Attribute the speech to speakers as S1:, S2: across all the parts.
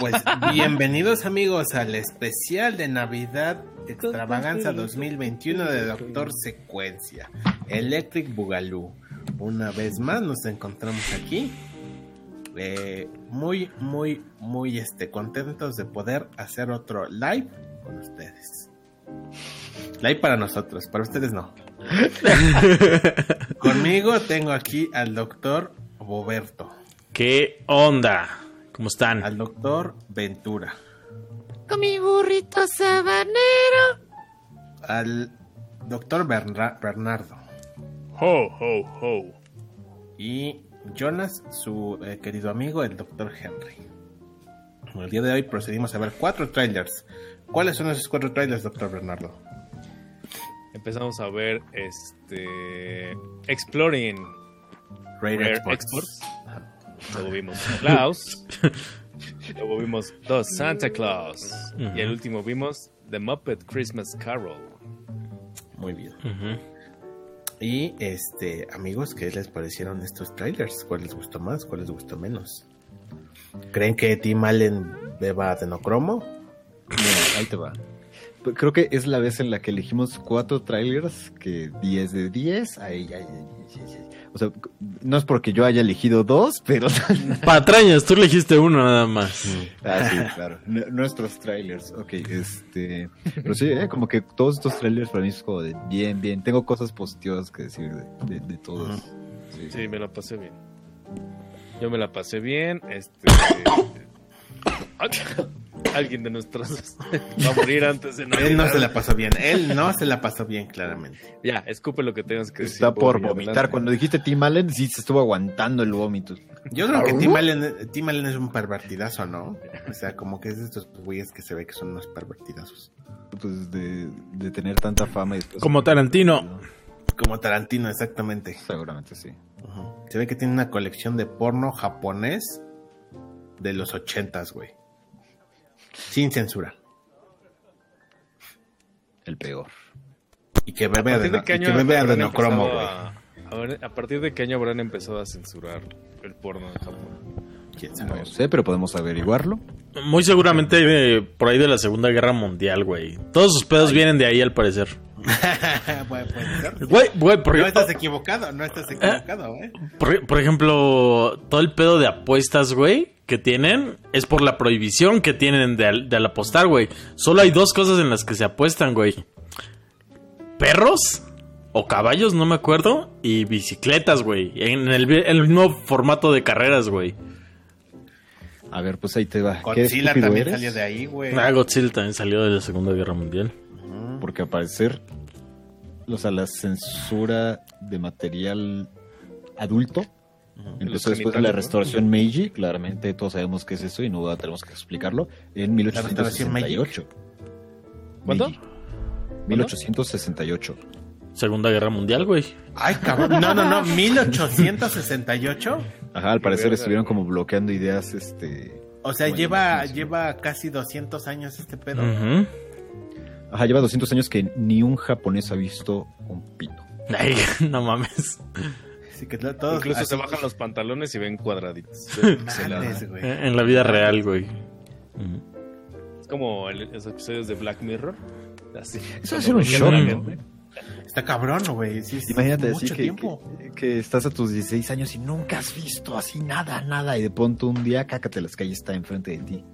S1: Pues bienvenidos amigos al especial de Navidad Extravaganza 2021 de Doctor Secuencia, Electric Boogaloo. Una vez más nos encontramos aquí, eh, muy, muy, muy este, contentos de poder hacer otro live con ustedes. Live para nosotros, para ustedes no. Conmigo tengo aquí al doctor Boberto,
S2: ¿Qué onda? ¿Cómo están?
S1: al doctor Ventura,
S3: Con mi burrito sabanero.
S1: al doctor Berna- Bernardo.
S2: Ho, ho, ho.
S1: y Jonas, su eh, querido amigo, el Dr. Henry. El día de hoy procedimos a ver cuatro trailers. ¿Cuáles son esos cuatro trailers, Dr. Bernardo?
S4: empezamos a ver este Exploring
S1: Rare,
S4: Rare
S1: Exports.
S4: Exports. Luego vimos Klaus. Luego vimos The Santa Claus.
S2: Ujú.
S4: Y el último vimos The Muppet Christmas Carol.
S1: Muy bien. Y, este, amigos, ¿qué les parecieron estos trailers? ¿Cuál les gustó más? ¿Cuál les gustó menos? ¿Creen que Tim Allen beba adenocromo?
S5: Mira, ahí te va. P- Creo que es la vez en la que elegimos cuatro trailers que 10 de 10. Ay, ay, ay, ay, ay, ay. O sea, c- no es porque yo haya elegido dos, pero.
S2: Patrañas, tú elegiste uno nada más.
S5: ah, sí, claro. N- nuestros trailers. Ok, este. Pero sí, eh, como que todos estos trailers para mí es como de bien, bien. Tengo cosas positivas que decir de, de- de todos. Sí.
S4: Sí, me la pasé bien. Yo me la pasé bien. Este. Alguien de nuestros va a morir antes de
S1: Él no
S4: Navidad.
S1: se la pasó bien. Él no se la pasó bien, claramente.
S4: Ya, escupe lo que tengas que decir.
S5: Está por
S4: Bobby,
S5: vomitar.
S4: adelante.
S5: Cuando dijiste Tim Allen, sí se estuvo aguantando el vómito.
S1: Yo creo que Tim Allen, Tim Allen es un pervertidazo, ¿no? O sea, como que es de estos güeyes que se ve que son unos pervertidazos.
S5: Pues de, de tener tanta fama y después-
S2: Como Tarantino.
S1: Como Tarantino, exactamente.
S5: Seguramente sí.
S1: Ujú. Se ve que tiene una colección de porno japonés de los ochentas, güey. Sin censura.
S5: El peor.
S1: Y que
S4: ¿A
S1: bebe,
S4: partir de
S1: adeno-
S4: qué
S1: y
S4: año
S1: que bebe
S4: habrán
S1: adenocromo,
S4: empezado
S1: güey.
S4: a- a ver, ¿A partir de qué año habrán empezado a censurar el porno en Japón?
S1: ¿Quién sabe?
S5: No sé, pero podemos averiguarlo.
S2: Muy seguramente eh, por ahí de la Segunda Guerra Mundial, güey. Todos sus pedos vienen de ahí, al parecer.
S1: Puede- puede ser.
S2: Güey, güey, por,
S1: No estás equivocado, no
S4: ¿Eh?
S1: estás equivocado, ¿eh? güey.
S2: por- por ejemplo, todo el pedo de apuestas, güey, que tienen es por la prohibición que tienen de al- del apostar, güey. Solo hay dos cosas en las que se apuestan, güey. Perros o caballos, no me acuerdo, y bicicletas, güey. En el, vi- en el mismo formato de carreras, güey.
S5: A ver, pues ahí te va. ¿Qué
S1: Godzilla
S5: estúpido
S1: también
S5: eres?
S1: salió de ahí, güey.
S2: Ah, Godzilla también salió de la Segunda Guerra Mundial.
S1: Ujú.
S5: Porque al parecer, o sea, la censura de material adulto
S4: Los
S5: empezó después de la
S4: genitales, ¿no?
S5: restauración Meiji. Claramente todos sabemos qué es eso y no tenemos que explicarlo. En
S1: La restauración Meiji.
S5: 1868.
S4: ¿Cuánto?
S5: Meiji. 1868.
S2: Segunda Guerra Mundial, güey.
S1: Ay, cabrón. No, no, no. 1868.
S5: Ajá, al
S4: Qué
S5: parecer
S4: verga,
S5: estuvieron
S4: güey.
S5: como bloqueando ideas, este...
S1: O sea,
S5: Bueno,
S1: lleva,
S5: sí, sí.
S1: lleva casi 200 años este pedo.
S2: Ujú.
S5: Ajá, lleva 200 años que ni un japonés ha visto un pito.
S2: Ay, no mames.
S1: Así que to- todos
S4: Incluso
S1: así-
S4: se bajan los pantalones y ven cuadraditos. Se la-
S1: Madres, güey.
S2: En en la vida real, güey. Ujú.
S4: es como el- los episodios de Black Mirror. Así.
S5: Eso va a ser un shock, ¿no?
S1: Está cabrón, güey. Sí, sí,
S5: Imagínate
S1: mucho
S5: así que,
S1: tiempo.
S5: que- que estás a tus 16 años y nunca has visto así nada, nada, y de pronto un día cácate las calles está enfrente de ti.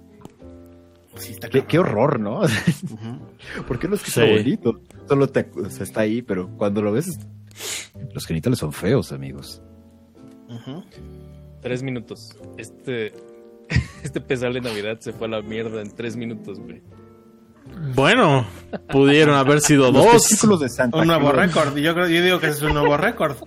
S1: Sí, está
S5: Qué,
S1: cabrón.
S5: qué horror, ¿no? O sea,
S1: Ujú.
S5: ¿Por qué no es que está
S2: Sí.
S5: bonito? Solo te, acu- o sea, está ahí, pero cuando lo ves... es- Los genitales son feos, amigos.
S1: Ujú.
S4: Tres minutos. Este, este pesar de Navidad se fue a la mierda en tres minutos, güey.
S2: Bueno, pudieron haber sido
S5: Los
S2: dos.
S5: testículos de Santa
S1: Un nuevo
S5: Claus.
S1: récord. Yo creo, yo digo que ese es un nuevo récord.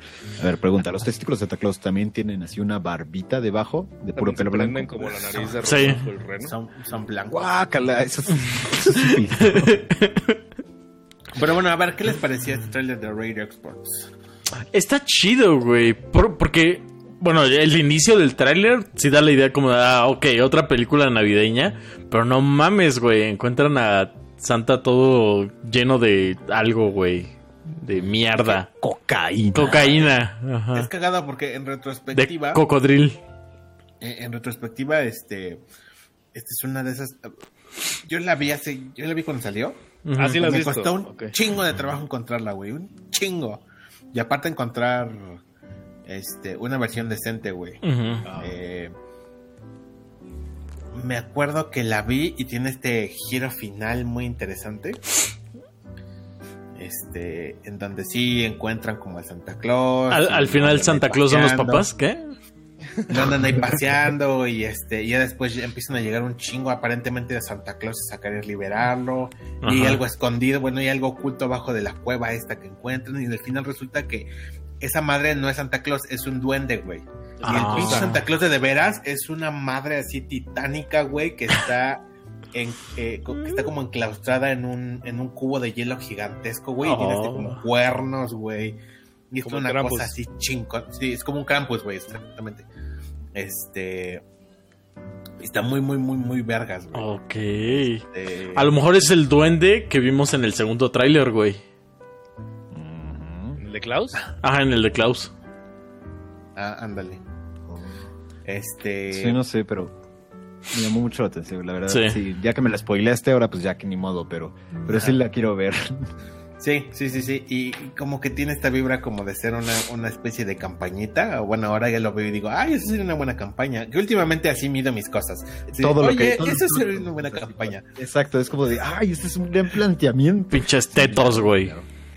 S5: A ver, pregunta, ¿los testículos de Santa Claus también tienen así una barbita debajo de puro
S4: También se
S5: pelo
S4: prenden
S5: blanco?
S4: como la nariz de
S2: Sí.
S4: Rodolfo el Reno.
S1: Son, son blancos.
S5: Guácala, eso es- eso es pito.
S1: Pero bueno, a ver, ¿qué les parecía este trailer de Radio Exports?
S2: Está chido, güey. Por- porque, bueno, el inicio del tráiler sí da la idea como, de, ah, ok, otra película navideña. Pero no mames, güey. Encuentran a Santa todo lleno de algo, güey. De mierda.
S5: Cocaína.
S2: Cocaína.
S1: Es
S2: Ajá.
S1: cagada porque en
S2: Ah. De
S1: retrospectiva.
S2: cocodril.
S1: eh, en retrospectiva, este. Esta es una de esas. Yo la vi hace. Yo la vi cuando salió.
S2: Ujú.
S4: Así la has
S1: me
S4: visto.
S1: costó un
S4: Ok.
S1: chingo de trabajo encontrarla, güey. Un chingo. Y aparte encontrar este, una versión decente, güey.
S2: Ujú.
S4: Ah,
S1: Eh, me acuerdo que la vi y tiene este giro final muy interesante. Este, en donde sí encuentran como a Santa Claus.
S2: Al,
S1: y
S2: al
S1: lo
S2: final
S1: andan
S2: Santa
S1: ahí
S2: Claus son los
S1: paseando,
S2: papás, ¿qué?
S1: Lo andan ahí paseando y este, y ya después ya empiezan a llegar un chingo aparentemente de Santa Claus a querer liberarlo y
S2: Ajá.
S1: algo escondido, bueno, y algo oculto abajo de la cueva esta que encuentran, y al final resulta que esa madre no es Santa Claus, es un duende, güey. Y el
S2: Ah.
S1: pinche Santa Claus de, de veras es una madre así titánica, güey, que está en, eh, co- que está como enclaustrada en un, en un cubo de hielo gigantesco, güey, y tiene este
S2: Oh.
S1: como cuernos, güey. Y es
S4: Como
S1: una
S4: Krampus.
S1: cosa así chingón. Sí, es como un Krampus, güey, exactamente. Este. Está muy, muy, muy, muy vergas, güey.
S2: Ok.
S1: Eh,
S2: A lo mejor es el duende que vimos en el segundo tráiler, güey.
S4: ¿El de Klaus?
S2: Ajá, en el de Klaus.
S1: ah, ándale. Este.
S5: Sí, no sé, pero me llamó mucho la atención, la verdad.
S2: Sí.
S5: Sí. ya que me la spoileaste, ahora pues ya que ni modo, pero, pero sí la quiero ver.
S1: Sí, sí, sí, sí. Y, y como que tiene esta vibra como de ser una, una especie de campañita. O bueno, ahora ya lo veo y digo, ay, eso sería una buena campaña. Que últimamente así mido mis cosas. Sí,
S5: todo lo
S1: Oye,
S5: que. todo-
S1: eso
S5: todo-
S1: sería
S5: todo-
S1: una buena
S5: todo-
S1: campaña.
S5: Exacto, es como de, ay, este es un gran planteamiento.
S2: Pinches tetos, güey.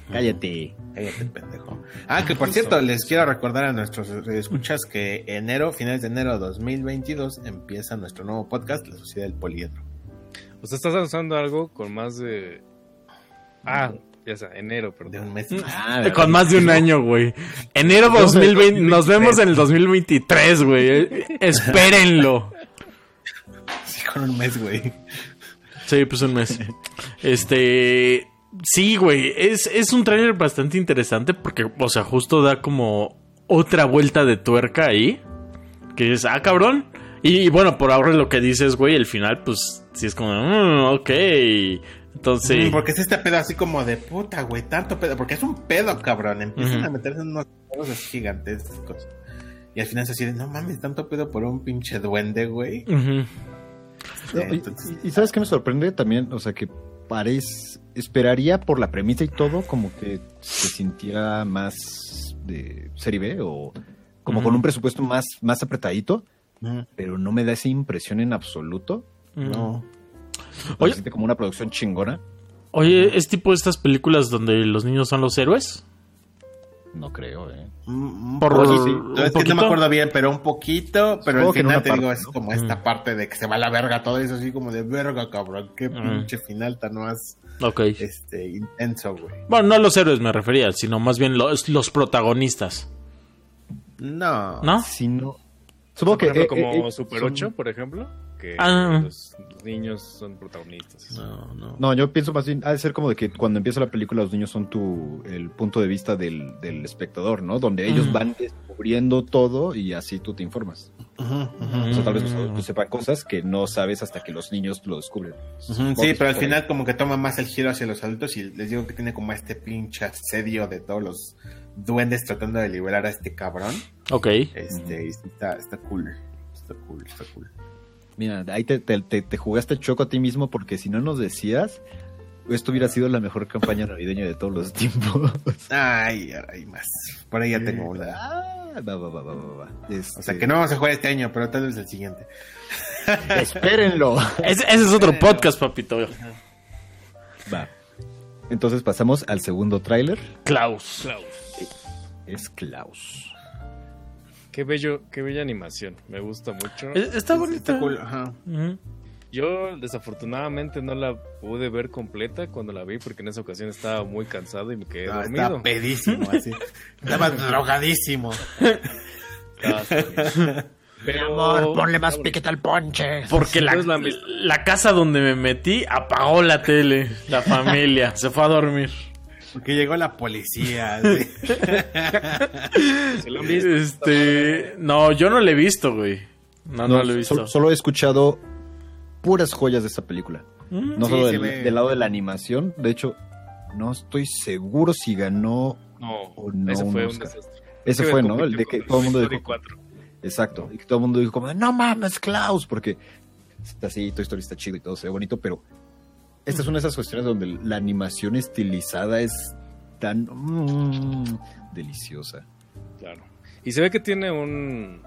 S5: Cállate.
S1: Cállate, pendejo. Ah, que por cierto, les quiero recordar a nuestros escuchas que enero, finales de enero de 2022, empieza nuestro nuevo podcast, La Sociedad del Poliedro.
S4: O sea, estás lanzando algo con más de. Ah, ya está, enero,
S1: De
S4: perdón.
S1: un mes.
S5: Mm. Eh,
S2: Con más de un año, güey. Enero
S5: Nos vemos en el
S2: 2020. Nos
S5: 2023.
S2: vemos en el 2023, güey. Eh, Espérenlo.
S1: Sí, con un mes, güey.
S2: Sí, pues un mes. Este. Sí, güey. Es, es un tráiler bastante interesante porque, o sea, justo da como otra vuelta de tuerca ahí. Que es, ah, cabrón. Y, y bueno, por ahora lo que dices, güey, el final, pues sí es como, mm, ok. Entonces.
S1: Mm, Porque es este pedo así como de puta, güey, tanto pedo. Porque es un pedo, cabrón. Empiezan
S2: Ujú.
S1: a meterse en unos pedos así gigantescos. Y al final se así de, no mames, tanto pedo por un pinche duende, güey.
S2: Ujú.
S5: No, y-
S1: Entonces-
S5: y, y sabes qué me sorprende también, o sea que parece, esperaría por la premisa y todo como que se sintiera más de serie B o como con
S2: Ujú.
S5: un presupuesto más, más apretadito,
S1: Mm,
S5: pero no me da esa impresión en absoluto.
S1: No.
S5: O sea,
S2: Oye.
S5: Se siente como una producción chingona.
S2: Oye, ¿es tipo estas películas donde los niños son los héroes?
S5: No creo, eh.
S1: Mm, mm,
S2: Por-
S1: por-
S2: sí, sí.
S1: no,
S2: un
S1: es que no
S2: poquito.
S1: me acuerdo bien, pero un poquito. Pero
S5: Supongo
S1: al
S5: que en
S1: final
S5: una
S1: te
S5: parte,
S1: digo, es
S5: ¿no? Mm.
S1: como esta parte de que se va a la verga todo eso, así como de verga, cabrón. Qué
S5: Mm.
S2: Ujú.
S1: pinche final tan más
S2: Ok.
S1: este, intenso, güey.
S2: Bueno, no a los héroes me refería, sino más bien los, los protagonistas,
S1: No.
S4: Ah,
S2: ¿no?
S5: Si no...
S4: Por
S5: Supongo que...
S4: ejemplo,
S5: eh,
S4: como
S5: eh, eh,
S4: Super
S5: son-
S4: 8, por ejemplo, que
S2: Ah.
S4: los niños son protagonistas.
S1: No, no.
S5: No, yo pienso más bien, ha de ser como de que cuando empieza la película los niños son tu, el punto de vista del, del espectador, ¿no? Donde ellos
S1: Mm.
S2: Ujú.
S5: van descubriendo todo y así tú te informas.
S1: Ujú, ujú.
S5: O sea,
S1: Mm.
S5: tal vez los adultos sepan cosas que no sabes hasta que los niños lo descubren.
S1: Ujú, Sí, pero al final como que toma más el giro hacia los adultos y les digo que tiene como este pinche asedio de todos los duendes tratando de liberar a este cabrón.
S2: Ok.
S1: Este, y sí está, está cool. Está cool, está cool.
S5: Mira, ahí te, te, te- te jugaste choco a ti mismo porque si no nos decías, esto hubiera sido la mejor campaña navideña de todos los tiempos.
S1: Ay, ahora hay más. Por ahí ya tengo una.
S5: Ah, va, va, va, va, va, va. Este,
S1: O sea, que no vamos a jugar este año, pero tal vez el siguiente.
S5: Espérenlo.
S2: Ese, ese es
S4: Eh,
S2: otro podcast, papito.
S5: Va. Entonces pasamos al segundo tráiler.
S2: Klaus.
S4: Klaus.
S5: Es Klaus.
S4: Qué bello, qué bella animación. Me gusta mucho.
S2: Es- Está bonita.
S1: Está cool, ajá.
S2: Ujú.
S4: Yo desafortunadamente no la pude ver completa cuando la vi porque en esa ocasión estaba muy cansado y me quedé
S1: Ah,
S4: dormido.
S1: está pedísimo, así. Estaba drogadísimo.
S4: Ah, está bien. Pero-
S3: Amor, ponle más
S4: Está
S3: piquete al ponche.
S2: Porque la,
S4: Entonces Eh, la han visto.
S2: la casa donde me metí apagó la tele, la familia, se fue a dormir.
S1: Porque llegó la policía. así.
S4: bonito. ¿Sí lo han visto?
S2: Este, no, yo no le he visto, güey. No, Ah, no, lo he visto.
S5: Solo, solo he escuchado puras joyas de esta película.
S2: Mm,
S5: No
S1: Sí,
S5: solo
S1: se
S5: del,
S1: ve.
S5: del lado de la animación. De hecho, no estoy seguro si ganó
S4: No,
S5: Oh, no,
S4: ese
S5: un
S4: fue un
S5: Oscar.
S4: desastre.
S5: Ese fue, ¿no? El
S4: compitió
S5: de que
S4: con
S5: todo el mundo
S4: Toy Story
S5: dijo.
S4: 4.
S5: Exacto. Y que todo el mundo dijo como, no mames, Klaus, porque está así, Toy Story está chido y todo se ve bonito, pero esta es una de esas cuestiones donde la animación estilizada es tan mm, deliciosa.
S4: Claro. Y se ve que tiene un.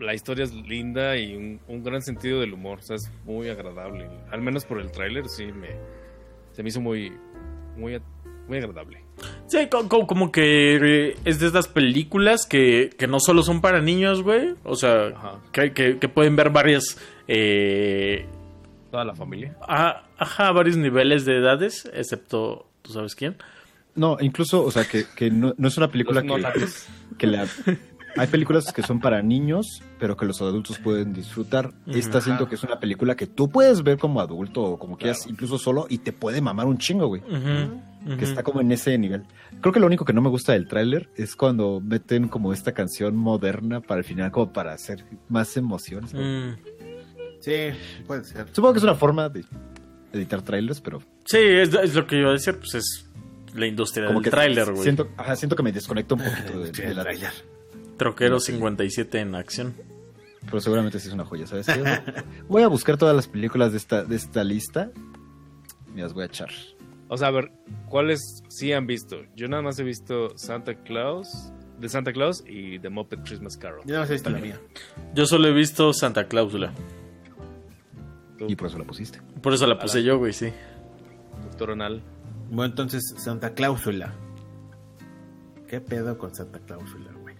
S4: La historia es linda y un, un gran sentido del humor. O sea, es muy agradable. Al menos por el tráiler, sí, me, se me hizo muy, muy, muy agradable.
S2: Sí, co- co- como que eh, es de estas películas que, que no solo son para niños, güey. O sea,
S4: Ajá.
S2: que, que- que pueden ver varias. eh,
S4: Toda la familia.
S2: a- ajá, varios niveles de edades, excepto tú sabes quién.
S5: No, incluso, o sea, que, que no, no es una película
S4: Los
S5: que,
S4: no natos.
S5: que la... Hay películas que son para niños, pero que los adultos pueden disfrutar. Esta siento que es una película que tú puedes ver como adulto o como quieras, incluso solo, y te puede mamar un chingo, güey.
S2: Ujú, ujú.
S5: que está como en ese nivel. Creo que lo único que no me gusta del tráiler es cuando meten como esta canción moderna para el final, como para hacer más emociones. güey.
S2: Mm.
S1: Sí, puede ser.
S5: Supongo que es una forma de editar trailers, pero
S2: Sí, es, es lo que iba a decir, pues es la industria
S5: como
S2: del
S5: que
S2: tráiler, güey.
S5: Siento, ajá, siento que me desconecto un poquito de, de la
S1: tráiler.
S2: Troquero 57 en acción.
S5: pero seguramente sí es una joya, ¿sabes? qué? Voy a buscar todas las películas de esta de esta lista y las voy a echar.
S4: O sea, a ver, ¿cuáles sí han visto? Yo nada más he visto Santa Claus, de Santa Claus y The Muppet Christmas Carol.
S1: Yo no sé si la mía.
S2: Yo solo he visto Santa Cláusula.
S5: Y por eso la pusiste.
S2: Por eso la puse yo, güey, sí.
S4: Doctor Anal.
S1: Bueno, entonces, Santa Cláusula. ¿Qué pedo con Santa Cláusula, güey?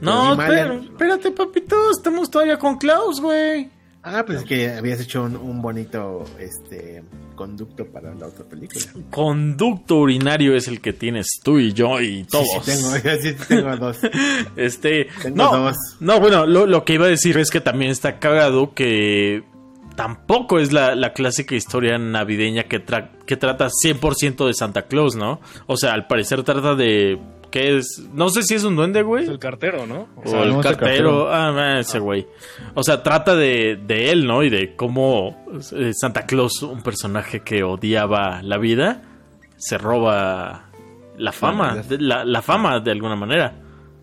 S2: No,
S1: Animal-
S2: espera- espérate, papito. Estamos todavía con Klaus, güey.
S1: Ah, pues es que habías hecho un, un bonito este conducto para la otra película.
S2: Conducto urinario es el que tienes tú y yo y todos.
S1: Sí, sí tengo, sí, sí tengo dos.
S2: Este,
S1: Tengo
S2: no,
S1: dos.
S2: no, bueno, lo, lo que iba a decir es que también está cagado que tampoco es la, la clásica historia navideña que, tra- que trata 100% de Santa Claus, ¿no? O sea, al parecer trata de... ¿Qué es? No sé si es un duende,
S4: Es
S2: güey.
S4: el cartero, ¿no? O
S2: O
S4: sea,
S2: el
S5: Sabemos el
S2: cartero,
S5: cartero.
S2: ah, man, ese güey. O sea, trata de, de él, ¿no? Y de cómo eh, Santa Claus, un personaje que odiaba la vida, se roba la fama,
S5: Navidad.
S2: de- la, la fama de alguna manera.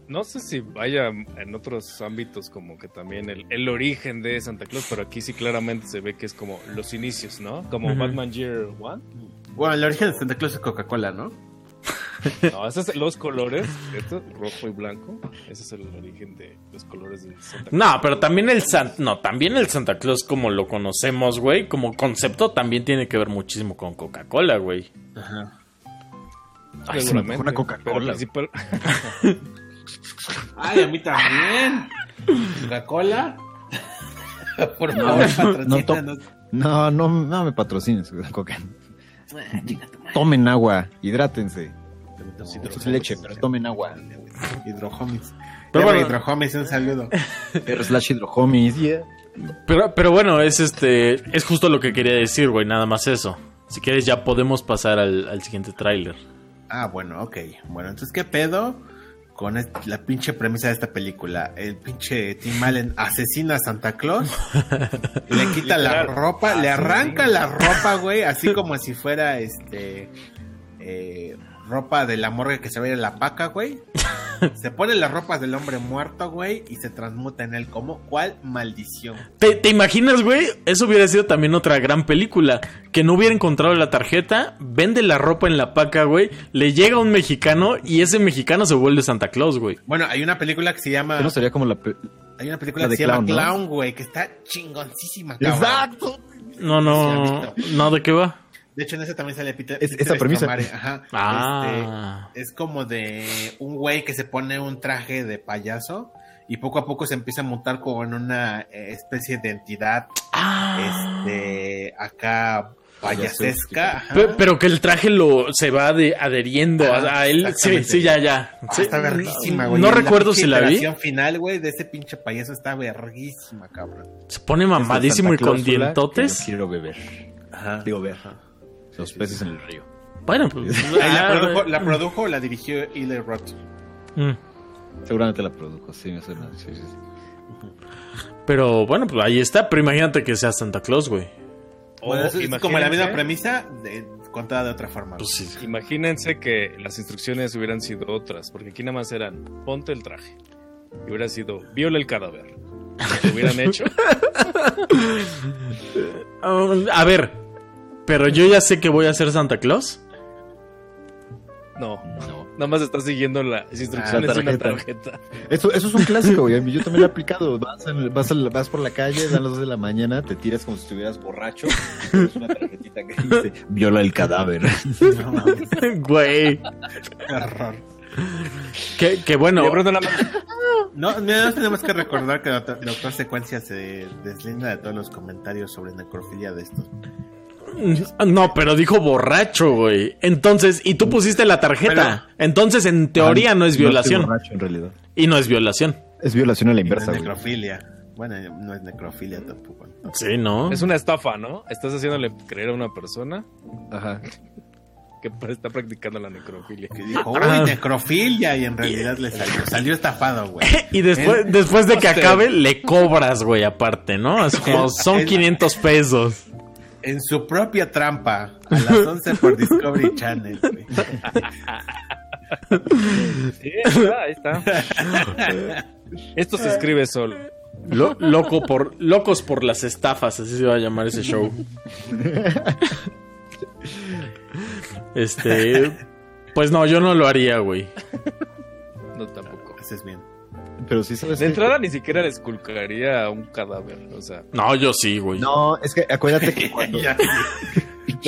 S4: no sé si vaya en otros ámbitos como que también el, el origen de Santa Claus, pero aquí sí claramente se ve que es como los inicios, ¿no? Como
S2: Ujú.
S4: Batman Year One.
S1: Bueno, el origen de Santa Claus es Coca-Cola, ¿no?
S4: No, esos son los colores, esto, rojo y blanco. Ese es el origen de los colores de Santa Claus.
S2: No, pero también el San- no, también el Santa Claus como lo conocemos, güey, como concepto también tiene que ver muchísimo con Coca-Cola, güey.
S1: Ajá.
S5: Ay, se me antojó una Coca-Cola.
S4: Pero principal-
S1: Ay, a mí también. Coca-Cola. Por favor,
S5: no,
S1: patrocínanos.
S5: to- no, no, no me patrocines, güey, Coca. Tomen agua, hidrátense. Esto es leche, pero tomen agua.
S1: Hidrohomies.
S2: Pero
S1: Pero
S2: bueno.
S1: hidrohomies, un saludo.
S5: Pero slash hidrohomies.
S2: Pero, pero bueno, es este, es justo lo que quería decir, güey, nada más eso. Si quieres ya podemos pasar al, al siguiente tráiler.
S1: Ah, bueno, ok. Bueno, entonces, ¿qué pedo con es- la pinche premisa de esta película? El pinche Tim Allen asesina a Santa Claus, le quita la
S4: Literal.
S1: ropa, le arranca la ropa, güey, así como si fuera este. eh, ropa de la morgue que se ve en la paca, güey. Se pone las ropas del hombre muerto, güey, y se transmuta en él como cuál maldición.
S2: ¿Te, te imaginas, güey? Eso hubiera sido también otra gran película. Que no hubiera encontrado la tarjeta, vende la ropa en la paca, güey, le llega un mexicano y ese mexicano se vuelve Santa Claus, güey.
S1: Bueno, hay una película que se
S2: ah.
S1: llama.
S5: No sería como la. pe-
S1: Hay una película
S5: La
S1: que
S5: de
S1: se llama
S5: Clown, ¿no?
S1: Clown, güey, que está chingoncísima, cabrón.
S5: Exacto.
S2: No, no, no, ¿de qué va?
S1: De hecho, en ese también sale Peter.
S5: Es-
S1: Peter
S5: esa premisa.
S1: Stormare, Ajá.
S2: Ah.
S1: Este, es como de un güey que se pone un traje de payaso y poco a poco se empieza a mutar como en una eh, especie de entidad
S2: Ah.
S1: este, acá payasesca. ajá.
S2: Pe- Pero, que el traje lo se va de, adheriendo a- a,
S1: Ajá,
S2: él. Sí,
S1: exactamente.
S2: sí, ya, ya.
S1: Ah,
S2: Sí.
S1: está verguísima, güey.
S2: No
S1: Y
S2: recuerdo
S1: pinche
S2: si la vi.
S1: iteración final, güey, de ese pinche payaso está verguísima, cabrón.
S2: Se pone mamadísimo y
S5: Santa
S2: con
S5: Clausula
S2: dientotes.
S5: que no quiero beber.
S1: Ajá.
S5: Digo, ver. Los peces en el río.
S2: Bueno, pues. ahí
S1: La,
S2: la-
S1: produjo, la produjo, la dirigió Eli Roth.
S2: Mm.
S5: Seguramente la produjo, sí, me suena. Sí, sí, sí.
S2: Pero bueno, pues ahí está. Pero imagínate que sea Santa Claus, güey.
S4: o
S1: Bueno, es, es como la misma
S4: Oh, imagínense-
S1: premisa de- contada de otra forma.
S2: Pues sí.
S4: Imagínense que las instrucciones hubieran sido otras, porque aquí nada más eran ponte el traje. Y hubiera sido viola el cadáver. lo hubieran hecho.
S2: Um, a ver, pero yo ya sé que voy a ser Santa Claus.
S4: No,
S5: No.
S4: nada más está siguiendo las instrucciones
S5: Ah,
S4: de
S5: la
S4: una
S5: tarjeta.
S4: tarjeta.
S5: Eso, eso es un clásico, güey. Yo también lo he aplicado. Vas, en- vas, al- vas por la calle, dan las 2 de la mañana, te tiras como si estuvieras borracho. Es una tarjetita que dice: Viola el cadáver.
S1: No mames,
S2: Güey.
S1: qué horror.
S2: Que, que bueno.
S4: Y de pronto nada más,
S1: No, nada más tenemos que recordar que Doctor, Doctor Secuencia se deslinda de todos los comentarios sobre necrofilia de estos.
S2: No, pero dijo borracho, güey. Entonces, y tú pusiste la tarjeta. Entonces, en
S1: Ah,
S2: teoría no es
S5: No
S2: violación.
S5: estoy borracho, en realidad.
S2: Y no es violación.
S5: Es violación a la
S1: Y no es
S5: inversa, güey.
S1: necrofilia. Bueno, no es necrofilia tampoco. ¿no?
S2: Sí, ¿no?
S4: es una estafa, ¿no? Estás haciéndole creer a una persona
S5: Ajá.
S4: que pra- está practicando la necrofilia.
S1: Que dijo, uy,
S2: Ah.
S1: necrofilia. Y en realidad le salió, salió estafado, güey.
S2: Y después, después de que
S4: Hostia.
S2: acabe, le cobras, güey, aparte, ¿no? Así como son
S1: El-
S2: 500 pesos.
S1: En su propia trampa. A las 11 por Discovery Channel, güey.
S4: Sí, ahí está, ahí está. Esto se escribe solo.
S2: Lo- loco por, locos por las estafas, así se va a llamar ese show. Este. Pues no, yo no lo haría, güey.
S4: No, tampoco.
S1: Haces bien.
S5: Pero sí sabes.
S4: De
S5: que-
S4: entrada ni siquiera le esculcaría a un cadáver. O sea,
S2: No, yo sí, güey.
S5: No, es que acuérdate que cuando.
S1: Ya.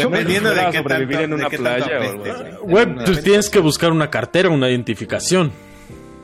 S5: Yo me-
S1: Dependiendo de
S4: esperaba
S1: qué
S4: sobrevivir
S1: tanto-
S4: en una
S1: de qué tanto
S4: playa o algo
S1: apestes,
S4: así.
S1: güey.
S2: Güey,
S1: Una
S2: tú
S1: vez-
S2: tienes que buscar una cartera, una identificación.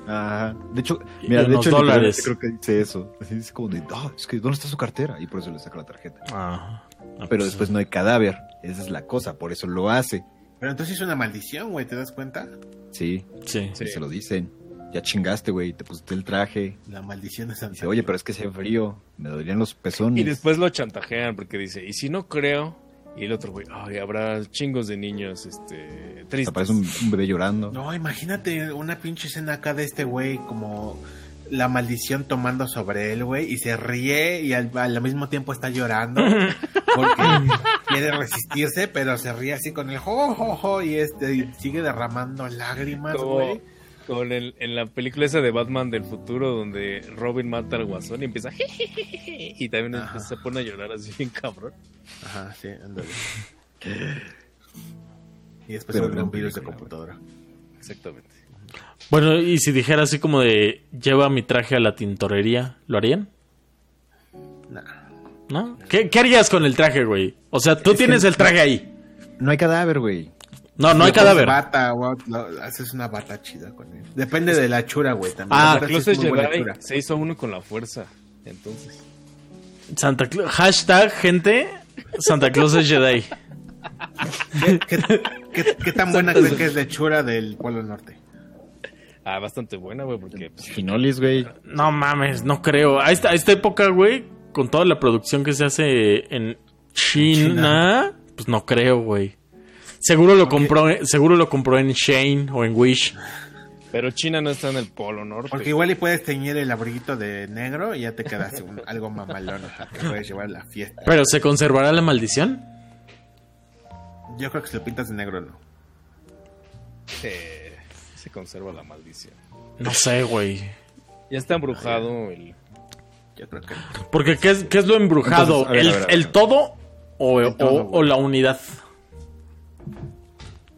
S5: Ajá. De hecho, mira, de
S2: unos
S5: hecho,
S2: dólares.
S5: dólares. creo que dice eso. Así Dice como de, "Ah, es que ¿dónde está su cartera? Y por eso le saca la tarjeta.
S2: Ah,
S5: Pero después no hay cadáver. Esa es la cosa, por eso lo hace.
S1: Pero entonces es una maldición, güey, ¿te das cuenta?
S5: Sí,
S2: Sí.
S4: Sí.
S5: se lo dicen. Ya chingaste, güey, te pusiste el traje.
S1: La maldición de San
S5: Dice, oye, pero es que hace frío, me dolerían los pezones.
S4: y después lo chantajean porque dice, y si no creo, y el otro güey, ay, habrá chingos de niños, este, tristes.
S5: Aparece un, un bebé llorando.
S1: No, imagínate una pinche escena acá de este güey como la maldición tomando sobre él, güey, y se ríe y al, al mismo tiempo está llorando porque quiere resistirse, pero se ríe así con el jo, jo, jo, y este y sigue derramando lágrimas,
S4: Como,
S1: güey.
S4: como en, el- en la película esa de Batman del futuro donde Robin mata al guasón y empieza "Jejeje", y también
S1: Ajá.
S4: se pone a llorar así bien cabrón.
S1: Ajá, sí, ándale. Y después
S5: Pero
S1: se vuelve un
S5: gran
S1: virus de
S5: película,
S1: computadora.
S4: Exactamente.
S2: Bueno, y si dijera así como de lleva mi traje a la tintorería, ¿lo harían?
S1: Nah.
S2: ¿No? ¿Qué, qué harías con el traje, güey? O sea, tú
S5: Es que-
S2: tienes el traje ahí.
S5: No hay cadáver, güey.
S2: No, no hay
S1: Haces
S2: cadáver.
S1: Bata, güey, lo- haces una bata chida con él. Depende de la chura, güey, también.
S2: Ah,
S1: Ahora
S4: Santa
S1: sí es
S4: Claus es
S1: muy buena
S4: Jedi,
S1: chura.
S4: se hizo uno con la fuerza. Entonces,
S2: Santa Cla- hashtag, gente, Santa Claus es Jedi.
S1: ¿Qué, qué- qué- qué tan buena creen que es la hechura del Polo Norte?
S4: ah, bastante buena, güey, porque pues,
S5: Finolis, güey.
S2: No mames, no creo. A esta, a esta época, güey, con toda la producción que se hace en China, pues no creo, güey. Seguro lo compró, seguro lo compró en Shane o en Wish.
S4: pero China no está en el polo norte.
S1: Porque igual y puedes teñir el abriguito de negro y ya te quedas un- algo mamalón. o sea, Te puedes llevar a la fiesta.
S2: Pero se conservará la maldición.
S1: Yo creo que si lo pintas de negro, no.
S4: Eh, se conserva la maldición.
S2: No sé, güey.
S4: Ya está
S1: Ah,
S4: embrujado el
S1: Yo creo que no.
S2: Porque ¿qué es, qué es lo embrujado?
S5: Entonces, a ver,
S2: ¿El,
S5: a ver, a ver.
S2: el todo o,
S1: El todo,
S2: o- o
S1: güey.
S2: la unidad?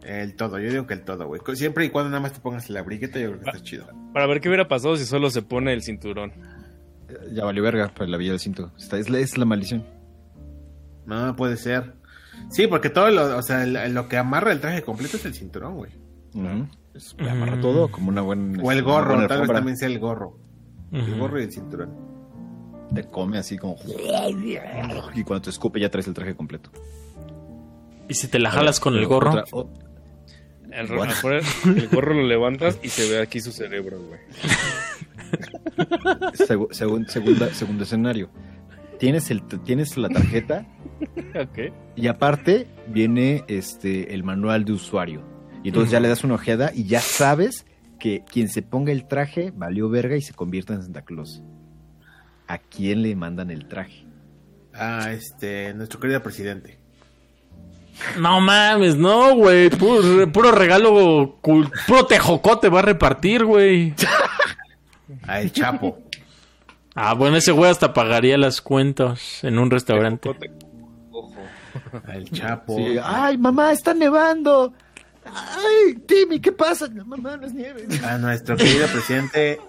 S1: El todo, yo digo que el todo, güey. Siempre y cuando nada más te pongas el abriguito, yo creo que está chido.
S4: Para ver qué hubiera pasado si solo se pone el cinturón.
S5: Ya valió verga, pues la villa del cinto. Está- es, la, es la maldición.
S1: No, puede ser. Sí, porque todo lo, o sea, el- lo que amarra el traje completo es el cinturón, güey.
S5: Ujú. Es- le amarra
S2: Ujú.
S5: todo como una buena.
S1: Mm. O el
S5: una buena
S1: gorro, tal vez
S5: alfombra.
S1: también sea el gorro. El
S2: Ujú.
S1: gorro y el cinturón.
S5: Te come así como. Y cuando te escupe ya traes el traje completo.
S2: ¿Y si te la jalas con el
S5: Pero
S2: gorro?
S5: otra- o-
S4: El,
S5: What?
S4: ro- afuera, el gorro lo levantas y se ve aquí su cerebro, güey.
S5: segu- segun- segunda, segundo escenario. Tienes, el, tienes la tarjeta
S4: Ok.
S5: Y aparte viene este el manual de usuario. Y entonces ya le das una ojeada y ya sabes que quien se ponga el traje valió verga y se convierta en Santa Claus. ¿A quién le mandan el traje?
S1: Ah, este, nuestro querido presidente.
S2: No mames, no, güey. Puro, puro regalo, cul- puro tejocote va a repartir, güey.
S1: A el Ah, Chapo.
S2: Ah, bueno, ese güey hasta pagaría las cuentas en un restaurante.
S4: Ojo.
S1: Al Ah, Chapo.
S5: Sí, Ay, mamá, está nevando. Ay, Timmy, ¿qué pasa? No, mamá, no es nieve.
S1: A nuestro querido presidente,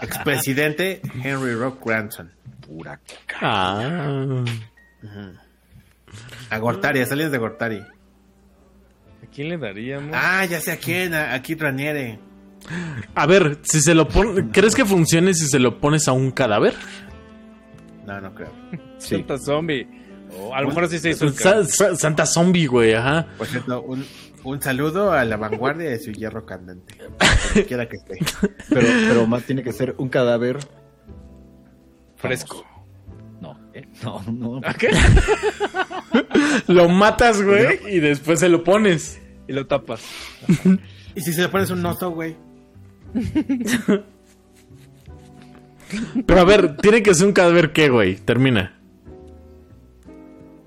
S1: expresidente Henry Rock Granson.
S5: Pura c-
S2: Ah.
S1: A Gortari, a Salinas de Gortari.
S4: ¿A quién le daríamos?
S1: Ah, ya sé a quién, a, a Kit Raniere.
S2: A ver, si se lo pon- ¿crees que funcione si se lo pones a un cadáver?
S1: No, no creo.
S5: Sí.
S4: Santa Zombie. O a lo mejor así se hizo el
S2: Sa- sa- Santa zombie, güey, ajá.
S1: Por cierto, un, un saludo a la vanguardia de su hierro candente. Donde Quiera que esté.
S5: Pero, pero más tiene que ser un cadáver.
S4: fresco.
S5: No, ¿eh? no, no.
S2: Lo matas, güey, y después se lo pones.
S4: Y lo tapas.
S1: Y si se le pones un oso, güey.
S2: Pero a ver, tiene que ser un cadáver qué, güey. Termina.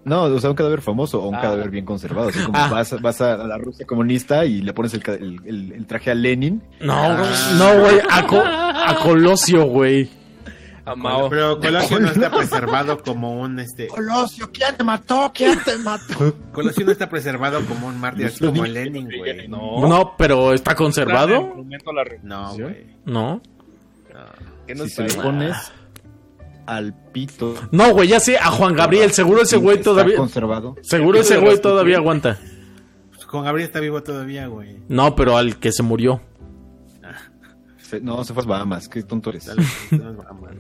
S5: No, o sea, un cadáver famoso o un
S4: Ah.
S5: cadáver bien conservado. Así como
S2: Ah.
S5: vas, a- vas a la Rusia comunista y le pones el, ca- el- el- el traje a Lenin.
S2: No, no, güey, a, Co- a Colosio, güey.
S4: Amado.
S1: Pero Colosio no está preservado como un este.
S5: Colosio, ¿quién te mató? ¿Quién te mató?
S1: Colosio no está preservado como un mártir, así como Lenin, güey. No,
S4: No.
S2: No, pero está
S4: Claro,
S2: conservado.
S4: argumento a la re-
S1: güey.
S2: No.
S4: ¿Qué
S5: Si
S4: nos
S5: se lo
S4: trae?
S5: pones al pito.
S2: No, güey, ya sé, a Juan Gabriel, seguro ese güey
S5: está
S2: todavía.
S5: conservado.
S2: Seguro ese güey todavía aguanta.
S1: Pues Juan Gabriel está vivo todavía, güey.
S2: No, pero al que se murió.
S5: Se- no, se fue a las Bahamas. Qué tonto eres.
S1: Dale, pues, no nos vamos, güey.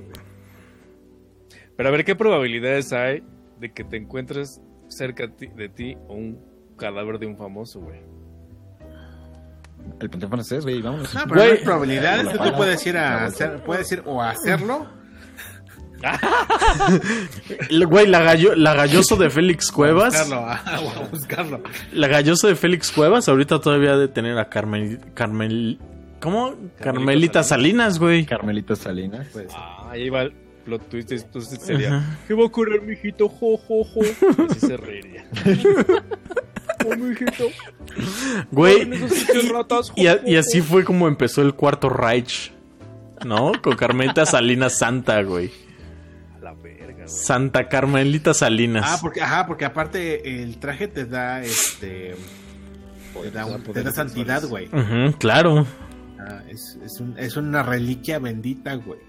S4: Pero a ver, ¿qué probabilidades hay de que te encuentres cerca a ti- de ti un cadáver de un famoso, güey?
S5: El panteón francés, güey, vámonos.
S1: No, pero
S2: Güey.
S1: no hay probabilidades. Tú te puedes ir a hacer, puedes ir o a hacerlo.
S2: El Güey, la, gallo- la galloso de Félix Cuevas.
S1: Buscarlo, ah, o a buscarlo.
S2: La gallosa de Félix Cuevas ahorita todavía ha de tener a Carmen... Carmel... ¿Cómo? Carmelita Salinas, güey.
S5: Carmelita Salinas.
S1: Pues,
S4: Ah, ahí va el plot twist. Entonces sería,
S2: Ajá.
S4: ¿qué va a ocurrir, mijito? Jo, jo, jo. Así se reiría. Oh, mijito.
S2: Güey,
S4: en esos sitios ratas, jo,
S2: y, a-
S4: jo,
S2: y así
S4: jo.
S2: fue como empezó el cuarto Reich. ¿No? Con Carmelita Salinas Santa, güey.
S4: A la verga, güey.
S2: Santa Carmelita Salinas.
S1: Ah, porque, ajá, porque aparte el traje te da este. Te da, un- te da santidad, güey.
S2: Ujú, claro.
S1: Ah, es, es, un- es una reliquia bendita, güey.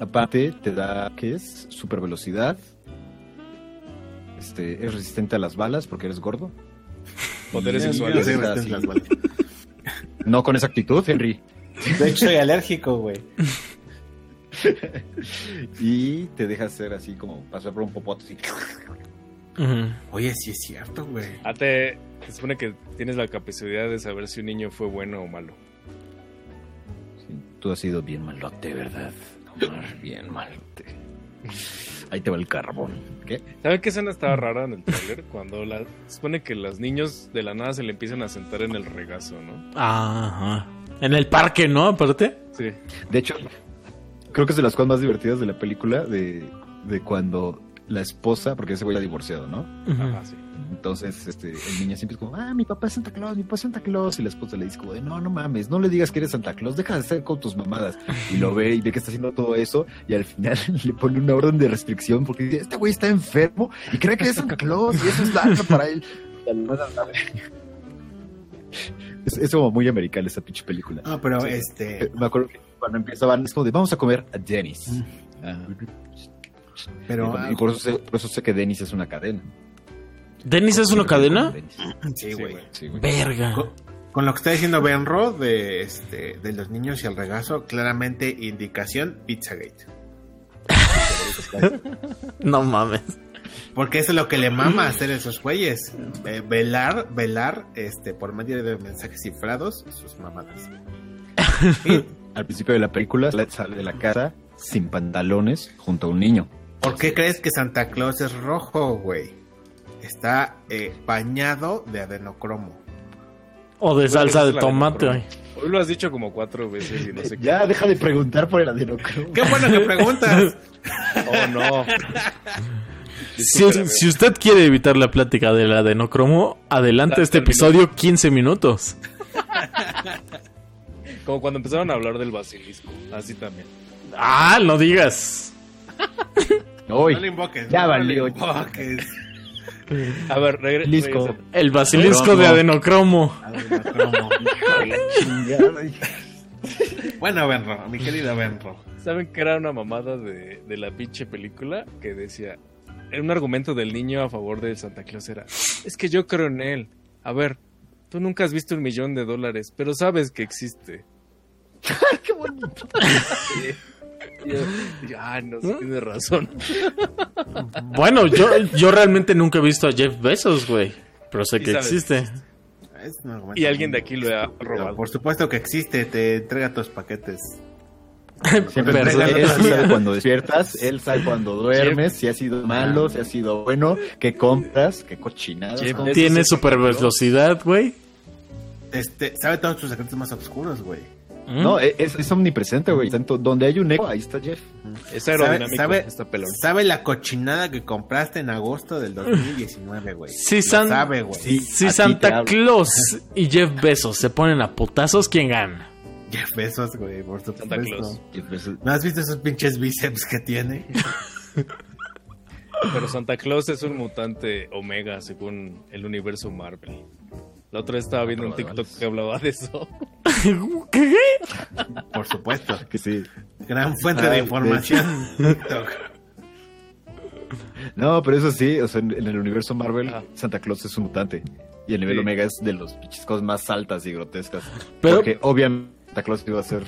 S5: Aparte, te da, ¿qué es? Super velocidad. Este, es resistente a las balas porque eres gordo.
S4: Poderes
S5: Y-
S1: Yo
S4: sexuales.
S1: no soy
S5: sí.
S1: resistente a las balas.
S5: No con esa actitud, Henry.
S1: De hecho, soy alérgico, güey.
S5: Y te deja hacer así como pasar por un popote. así.
S2: Ujú.
S1: Oye, sí es cierto, güey.
S4: Ah, te, se supone que tienes la capacidad de saber si un niño fue bueno o malo.
S5: Sí, tú has sido bien malote, ¿verdad? Omar, bien malote. Ahí te va el carbón. ¿Qué?
S4: ¿Saben qué escena
S5: Mm.
S4: estaba rara en el trailer? Cuando la, se supone que los niños de la nada se le empiezan a sentar en el regazo, ¿no?
S2: Ajá. En el parque, ¿no? Aparte.
S4: Sí.
S5: De hecho, creo que es de las cosas más divertidas de la película de, de cuando la esposa, porque ese güey está divorciado, ¿no?
S2: Ujú.
S4: Ajá, sí.
S5: Entonces, este, el niño siempre es como, ah, mi papá es Santa Claus, mi papá es Santa Claus. Y la esposa le dice como, de, no, no mames, no le digas que eres Santa Claus, deja de hacer con tus mamadas. Y lo ve y ve que está haciendo todo eso. Y al final le pone una orden de restricción porque dice, este güey está enfermo y cree que es Santa Claus y eso es larga para él. Y al- Es, es como muy americana esa pinche película.
S1: No, pero
S5: Sí.
S1: este.
S5: Me acuerdo que cuando empezaban es como de, vamos a comer a Dennis.
S2: Mm.
S5: Ah,
S1: Pero. ah,
S5: y por eso, sé, por eso sé que Dennis es una cadena.
S2: ¿Dennis es una cadena?
S5: Dennis.
S1: ah, sí,
S4: Sí,
S1: güey.
S4: güey.
S5: Sí, güey.
S2: Verga.
S1: Co- Con lo que está diciendo Benro de, este, de los niños y el regazo, claramente indicación Pizzagate.
S2: No mames.
S1: Porque eso es lo que le mama hacer a esos güeyes. Ve- velar, velar, este, por medio de mensajes cifrados, sus mamadas. Y-
S5: Al principio de la película sale- sale de la casa sin pantalones junto a un niño.
S1: ¿Por qué crees que Santa Claus es rojo, güey? Está eh, bañado de adenocromo.
S2: O de
S4: Pues, esa
S2: salsa
S4: es
S2: de
S4: la de
S2: tomate,
S4: Macron.
S2: güey.
S4: Hoy lo has dicho como cuatro veces y no sé
S5: ya deja de preguntar por el adenocromo.
S1: ¡Qué bueno que preguntas!
S4: qué. Oh, no.
S2: Si, si usted quiere evitar la plática del adenocromo, adelante
S4: Da-
S2: este
S4: termina.
S2: episodio 15 minutos.
S4: Como cuando empezaron a hablar del basilisco. Así también.
S2: Ah, no digas.
S1: No le
S5: Hoy,
S1: invoques.
S5: Ya
S1: no
S5: valió.
S1: le invoques.
S4: A ver, regre-
S5: Lisco.
S4: regresa.
S2: El basilisco de
S5: Cromo.
S2: adenocromo.
S1: Adenocromo. bueno, Benro, mi querido Benro.
S4: ¿Saben que era una mamada de, de la pinche película? Que decía. Era un argumento del niño a favor de Santa Claus. Era. Es que yo creo en él. A ver, tú nunca has visto un millón de dólares, pero sabes que existe. ¡Qué bonito! ah, no sé, tiene razón.
S2: Bueno, yo, yo realmente nunca he visto a Jeff Bezos, güey. Pero sé
S4: Sí
S2: que
S4: sabes.
S2: existe.
S1: Es un argumento
S4: Y alguien de
S1: muy
S4: aquí lo ha
S1: estúpido.
S4: robado.
S1: Por supuesto que existe, te entrega tus paquetes.
S5: siempre
S1: Pero-
S5: él, él sí sabe cuando despiertas, él sabe cuando duermes, si ha sido malo,
S1: Ah.
S5: si ha sido bueno, qué compras, qué cochinadas.
S4: Jeff
S5: compras.
S4: Bezos.
S2: Tiene
S4: es el
S2: super velocidad, güey.
S1: Este, sabe todos tus secretos más oscuros, güey.
S2: Mm.
S5: No, eh, es, es omnipresente, güey. Tanto donde hay un eco, ahí está Jeff.
S4: Es aerodinámico,
S1: Sabe- sabe-
S4: está pelón.
S1: Sabe la cochinada que compraste en agosto del 2019, güey.
S2: Sí,
S1: Lo
S2: San-
S1: sabe, güey.
S5: Sí.
S2: Si
S5: a ti te
S2: Santa
S5: hablo.
S2: Claus y Jeff Bezos se ponen a putazos, ¿quién gana?
S1: Jeff Bezos, güey, por supuesto.
S4: Santa Claus.
S5: Jeff Bezos.
S1: ¿No has visto esos pinches bíceps que tiene?
S4: Pero Santa Claus es un mutante Omega, según el universo Marvel. La otra vez estaba viendo un TikTok que hablaba de eso.
S2: ¿Qué?
S1: Por supuesto.
S5: Que sí.
S1: Gran fuente
S5: Ah,
S1: de
S5: de
S1: información. TikTok.
S5: No, pero eso sí, o sea, en, en el universo Marvel,
S4: Ajá.
S5: Santa Claus es un mutante. Y el nivel
S4: Sí.
S5: Omega es de los pinches cosas más altas y grotescas.
S2: Pero-
S5: Porque obviamente Santa Claus iba a ser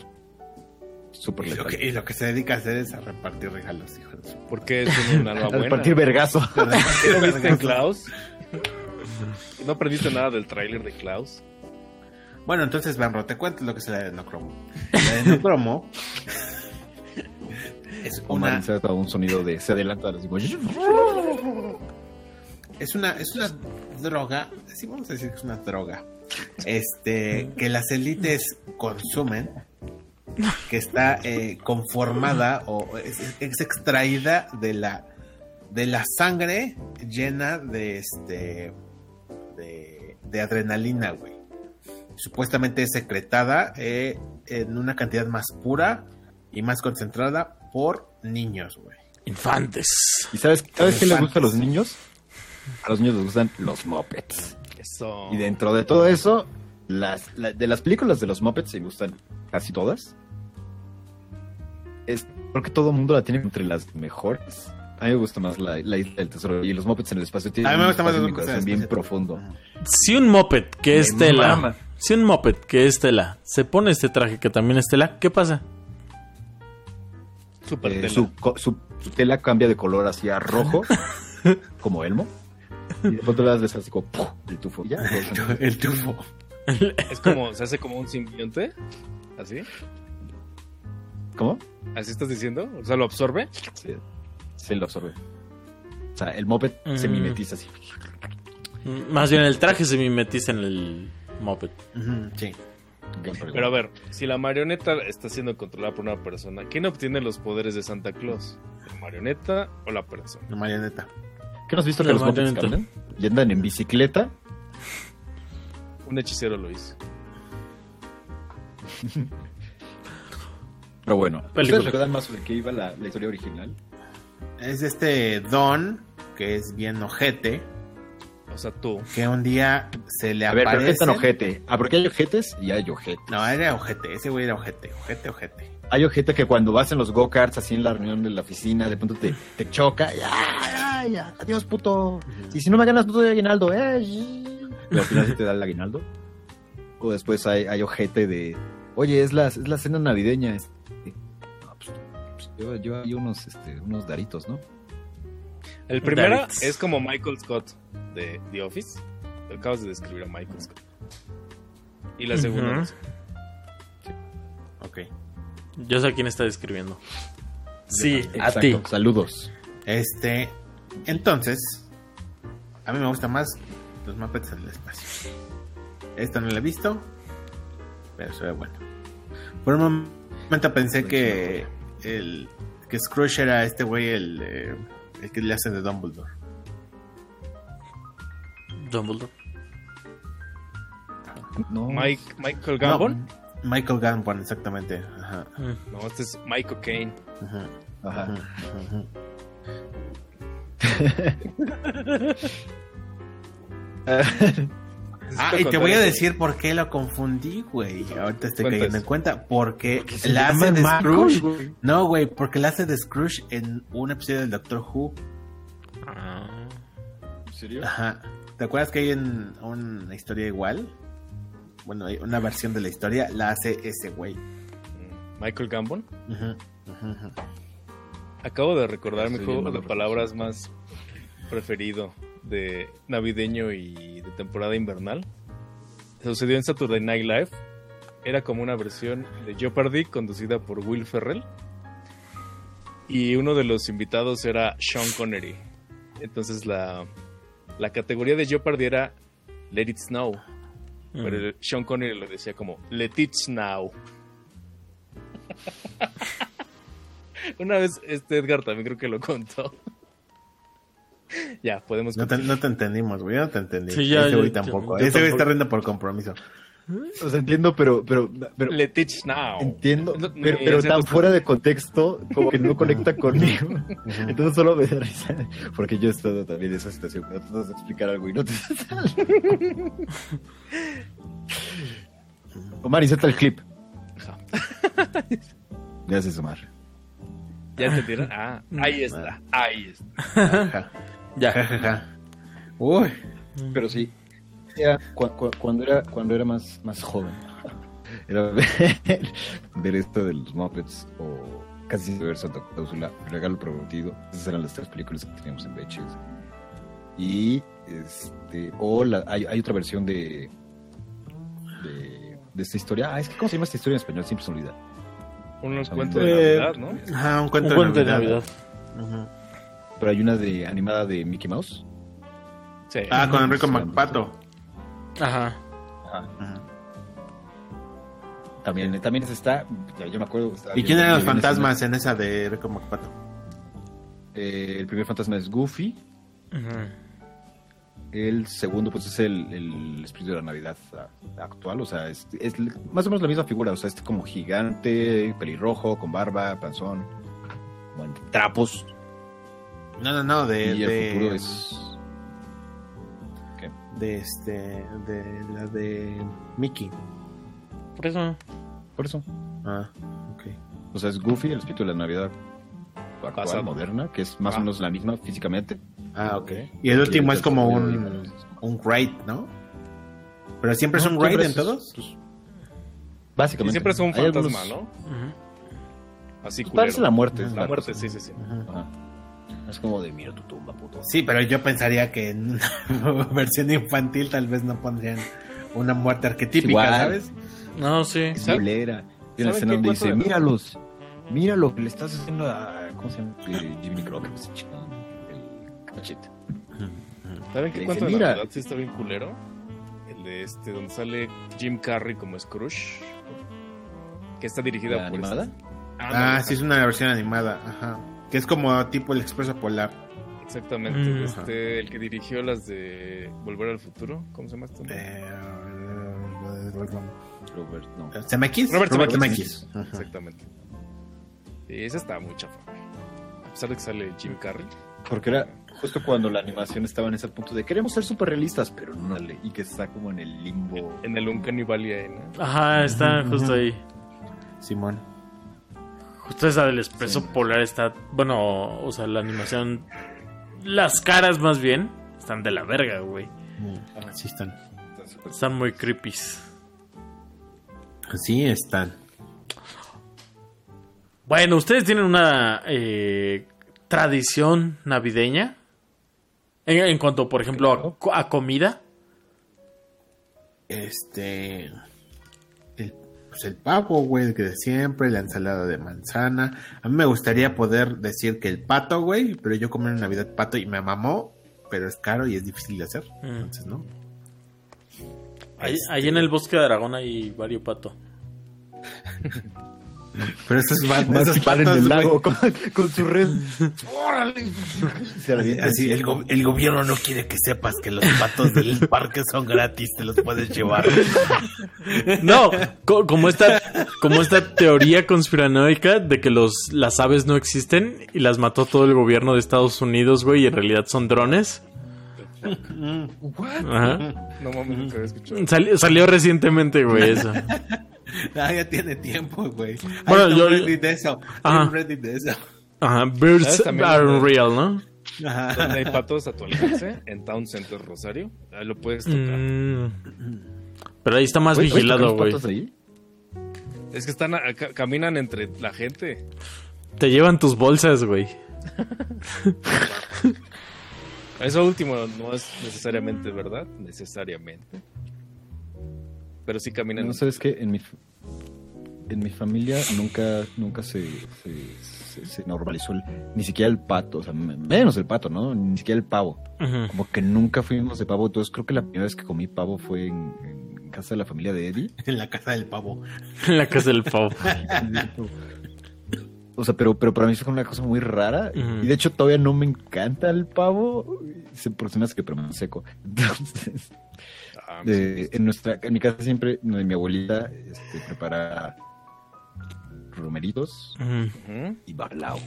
S5: súper
S1: Y lo,
S5: letal.
S1: que, y lo que se dedica a hacer es a repartir regalos, hijo de su
S4: Porque tiene un alma
S5: A
S4: buena.
S5: repartir vergazo.
S4: ¿No viste en Klaus? ¿No aprendiste nada del tráiler de Klaus?
S1: Bueno, entonces, Banro, te cuento lo que es el adenocromo. El adenocromo es una,
S5: Omar a un sonido de se adelanta a los
S1: es una, es una droga, sí vamos a decir que es una droga, este, que las élites consumen, que está eh, conformada o es, es extraída de la, de la sangre llena de este, de, de adrenalina, güey. Supuestamente es secretada eh, en una cantidad más pura y más concentrada por niños, güey.
S2: Infantes.
S5: ¿Y sabes, sabes qué les gusta a los
S1: Elefantes.
S5: niños? A los niños les gustan los mopeds.
S1: Oh.
S4: Eso.
S5: Y dentro de todo eso, las, la- de las películas de los Muppets, me gustan casi todas, es, creo que todo el mundo la tiene entre las mejores. A mí me gusta más la, la Isla del Tesoro y los Muppets en el espacio tienen
S1: A mí me
S5: un
S1: gusta más
S5: espacio
S1: los
S5: en mi
S1: Muppets en
S5: corazón
S1: el
S5: bien
S1: espacio.
S5: profundo.
S2: Si un moped que es
S5: Me
S2: tela,
S5: mama.
S2: si un moped que es tela, se pone este traje que también es tela, ¿qué pasa?
S4: Super
S5: Eh,
S4: tela.
S5: su, co- su- su tela cambia de color hacia rojo, como Elmo. Y de pronto las ves así como ¡puf! el tufo. Ya, pues,
S1: El tufo.
S4: Es como, se hace como un simbionte. ¿Así?
S5: ¿Cómo?
S4: ¿Así estás diciendo? O sea, lo absorbe.
S5: Se, se lo absorbe. O sea, el moped se
S2: Mm.
S5: mimetiza así.
S2: M- Más bien el traje se mimetiza en el moped.
S1: Ujú, sí.
S4: Pero a ver, si la marioneta está siendo controlada por una persona, ¿quién obtiene los poderes de Santa Claus? ¿La marioneta o la persona?
S1: La marioneta.
S5: ¿Qué nos has visto
S2: La
S5: que los Muppets
S2: marioneta.
S5: caminan? Y andan en bicicleta.
S4: Un hechicero lo hizo.
S5: Pero Ah, bueno.
S2: Película.
S5: ¿Ustedes recuerdan más sobre qué iba la, la historia original?
S1: Es este Don, que es bien ojete,
S4: O sea, tú.
S1: que un día se le
S5: A ver, pero ¿qué es
S1: aparece.
S5: tan ojete? Ah, porque hay ojetes y hay ojete.
S1: No, era ojete, ese güey era ojete, ojete, ojete.
S5: Hay ojete que cuando vas en los go-karts, así en la reunión de la oficina, de pronto te, te choca. Y, ¡ay, ay, adiós, puto! Y si no me ganas, no te doy aguinaldo. ¡eh! Pero al final sí te da el aguinaldo. O después hay, hay ojete de... Oye, es la, es la cena navideña. este. Ah, pues, pues, yo, yo hay unos, este, unos daritos, ¿no?
S4: El primero
S2: Darits.
S4: es como Michael Scott de The Office. Acabas de describir a Michael Scott. Y la segunda
S2: Ujú.
S4: no sé.
S1: Ok.
S2: Yo sé a quién está describiendo. Sí, a
S5: Ah, Exacto.
S2: ti.
S5: Saludos.
S1: Este, entonces, a mí me gusta más los mapas en el espacio. Esta no la he visto, pero se ve bueno. Por un momento pensé
S5: Pues
S1: que el que Scrooge era este güey el, eh, el que le hace de Dumbledore.
S2: Dumbledore.
S5: No,
S4: Mike, Michael Gambon.
S1: No, Michael Gambon, exactamente. Ajá,
S2: Mm.
S4: No, este es Michael Caine.
S1: ajá,
S5: Ajá.
S1: ajá, ajá. Ah, y te voy a decir por qué lo confundí, güey. Ahorita estoy
S4: Cuentas.
S1: cayendo en cuenta. Porque
S5: se
S1: la
S5: llama
S1: hace de
S5: Marcos,
S1: Scrooge.
S5: güey.
S1: No, güey, porque la hace de Scrooge en un episodio del Doctor Who.
S4: ¿En serio?
S1: Ajá. ¿Te acuerdas que hay en una historia igual? Bueno, hay una versión de la historia, la hace ese güey.
S4: Michael Gambon.
S1: Ujú, ujú, ujú.
S4: Acabo de recordar mi
S5: Estoy
S4: juego
S5: viendo
S4: de
S5: la
S4: palabras más preferido de navideño y de temporada invernal. Sucedió en Saturday Night Live. Era como una versión de Jeopardy conducida por Will Ferrell. Y uno de los invitados era Sean Connery. Entonces la, la categoría de Jeopardy era Let It Snow. Pero el- Sean Connery lo decía como Let it snow. Una vez este Edgar también creo que lo contó. ya, podemos
S1: No, te, no te entendimos, güey. Yo no te entendí.
S2: Sí, ya,
S1: ese güey
S2: yo-
S1: tampoco.
S2: yo- yo
S1: ese güey
S2: tampoco.
S1: está riendo por compromiso.
S5: O sea, entiendo, pero, pero, pero
S4: Let it snow.
S5: entiendo,
S4: No,
S5: pero,
S4: ni
S5: pero
S4: ese
S5: tan
S4: gusto.
S5: fuera de contexto como que no conecta conmigo. Entonces solo me da risa. Porque yo he estado también en esa situación. Cuando tratas de explicar algo y no te sale. Omar, inserta el clip.
S4: Ajá.
S5: Gracias, Omar.
S4: ¿Ya entendieron? Ah,
S5: Mm,
S4: ahí está, ahí está.
S1: Ajá.
S2: Ya.
S1: Jajaja. Uy.
S5: Pero sí. cuando era, cuando era más, más joven. Era ver, ver esto de los Muppets o casi ver Santa Clausula, Regalo Prometido. Esas eran las tres películas que teníamos en VHS. Y este, o la- hay, hay otra versión de, de de esta historia. Ah, es que ¿cómo se llama esta historia en español? Siempre se me olvida.
S4: Unos
S5: Ah,
S4: cuentos
S2: eh,
S4: de Navidad, ¿no?
S1: Ajá, un
S2: Un
S1: cuento,
S2: cuento de Navidad.
S1: Ujú.
S5: Pero hay una de animada de Mickey Mouse.
S4: Sí.
S1: Ah, con Enrico Macpato.
S2: Ajá.
S1: Ujú.
S5: También, también esa está, ya yo me acuerdo.
S1: ¿Y quién eran los
S5: También esa-
S1: fantasmas en esa de Enrico Macpato?
S5: Eh, el primer fantasma es Goofy.
S2: Ujú.
S5: El segundo, pues, es el, el espíritu de la Navidad ah, actual. O sea, es, es más o menos la misma figura. O sea, este como gigante, pelirrojo, con barba, panzón, como en trapos.
S1: No, no, no, de.
S5: y el
S1: de, mm,
S5: futuro es.
S1: de este. de la de Mickey.
S2: Por eso.
S5: Por eso.
S1: Ah, ok.
S5: O sea, es Goofy, el espíritu de la Navidad actual,
S4: Pasado.
S5: moderna, que es más
S4: Ah.
S5: o menos la misma físicamente.
S1: Ah, ok. Y el último es como un, un raid, ¿no? Pero siempre es un raid en todos.
S5: pues, Básicamente.
S4: Y siempre es un
S5: Hay algunos-
S4: fantasma, ¿no?
S2: Ujú.
S4: Así
S5: pues,
S4: culero.
S5: parece la muerte.
S1: Ajá.
S5: es
S4: La
S5: la
S4: muerte,
S5: cosa.
S4: sí, sí, sí.
S1: Ajá.
S5: Ajá. Es como de mira tu tumba, puto.
S1: Sí, pero yo pensaría que en una versión infantil tal vez no pondrían una muerte arquetípica,
S5: Igual.
S1: ¿sabes?
S2: No, sí.
S5: Es
S4: ¿Sabe-
S5: culera. Y
S4: saben
S5: una escena
S4: qué
S5: donde
S4: cuento
S5: dice,
S4: de-
S5: míralos, mira lo que le estás haciendo a... ¿Cómo se llama? Eh, Jimmy Crockett. El cachete.
S4: ¿Saben
S5: Le
S4: qué
S5: dice,
S4: cuento de
S5: "Mira".
S4: Navidad sí está bien culero? El de este, donde sale Jim Carrey como Scrooge. Que está dirigida
S5: ¿La
S4: por.
S5: animada?
S4: este-
S1: Ah,
S4: no,
S1: sí, es una versión animada, ajá. Que es como tipo el expreso polar.
S4: Exactamente.
S2: Mm.
S4: Este, el que dirigió las de Volver al Futuro. ¿Cómo se llama este esto?
S1: Eh,
S5: Robert, no.
S1: ¿Zemeckis?
S4: Robert
S5: Zemeckis.
S1: Zemeckis. Ajá.
S4: Exactamente. Y esa está muy chafa. güey. A pesar de que sale Jim Carrey.
S5: Porque era justo cuando la animación estaba en ese punto de queremos ser súper realistas, pero no le... Y que está como en el limbo.
S4: En el Uncanny Valley ahí, ¿no?
S2: Ajá, está justo ahí.
S1: Simón.
S2: Justo esa del expreso
S5: Sí.
S2: polar está. Bueno, o sea, la animación. Las caras más bien están de la verga, güey.
S1: Sí están.
S5: Está súper-
S2: Están muy creepies.
S1: Sí están.
S2: Bueno, ¿ustedes tienen una eh, tradición navideña? En, en cuanto, por ejemplo, a co- a, comida.
S1: Este. El, pues el pavo, güey, el que de siempre, la ensalada de manzana. A mí me gustaría poder decir que el pato, güey, pero yo comí en Navidad pato y me mamó, pero es caro y es difícil de hacer.
S2: Mm.
S1: Entonces, ¿no?
S2: Ahí, ahí en el bosque de Aragón hay varios pato.
S1: Pero esos van,
S5: Más
S1: esos
S5: que paren
S1: patos,
S5: el
S1: güey,
S5: lago con, con su red. ¡Órale!
S1: Así,
S5: Se avienta
S1: así, el, go- el gobierno no quiere que sepas que los patos del parque son gratis, te los puedes llevar.
S2: No, co- como esta, como esta teoría conspiranoica de que los, las aves no existen y las mató todo el gobierno de Estados Unidos, güey, y en realidad son drones. Ajá.
S4: No mames, nunca había escuchado.
S2: Sali- salió recientemente, güey, eso.
S1: Ah, ya tiene tiempo, güey.
S2: Bueno,
S1: Bueno,
S2: yo-
S1: yo Reddit de eso.
S2: Ajá.
S1: Hay un Reddit de eso.
S2: Ajá, birds
S4: ¿Sabes también
S2: are
S4: dónde?
S2: real, ¿no?
S1: Ajá.
S4: Donde hay patos a tu alcance, en Town Center Rosario. Ahí lo puedes tocar.
S2: Mm. Pero ahí está más
S5: Oye, oye,
S2: vigilado,
S5: ¿tocan
S2: güey.
S5: los patos ahí?
S4: Es que están a- ca- caminan entre la gente.
S2: Te llevan tus bolsas, güey.
S4: Eso último no es necesariamente verdad, necesariamente. Pero sí caminan.
S5: No sabes que en mi, f- en mi familia nunca, nunca se, se- se- se normalizó el- ni siquiera el pato, o sea, me- menos el pato, ¿no? Ni siquiera el pavo.
S2: Ujú.
S5: Como que nunca fuimos de pavo, entonces creo que la primera vez que comí pavo fue en, en casa de la familia de Eddie.
S1: En la casa del pavo.
S2: En la casa del pavo.
S5: O sea, pero, pero para mí fue una cosa muy rara.
S2: Ujú.
S5: Y de hecho todavía no me encanta el pavo. Se aproxima que pero me seco. Entonces,
S4: Ah,
S5: eh, en nuestra, en mi casa siempre eh, mi abuelita este, prepara romeritos
S2: Ujú.
S4: ujú.
S5: y bacalao.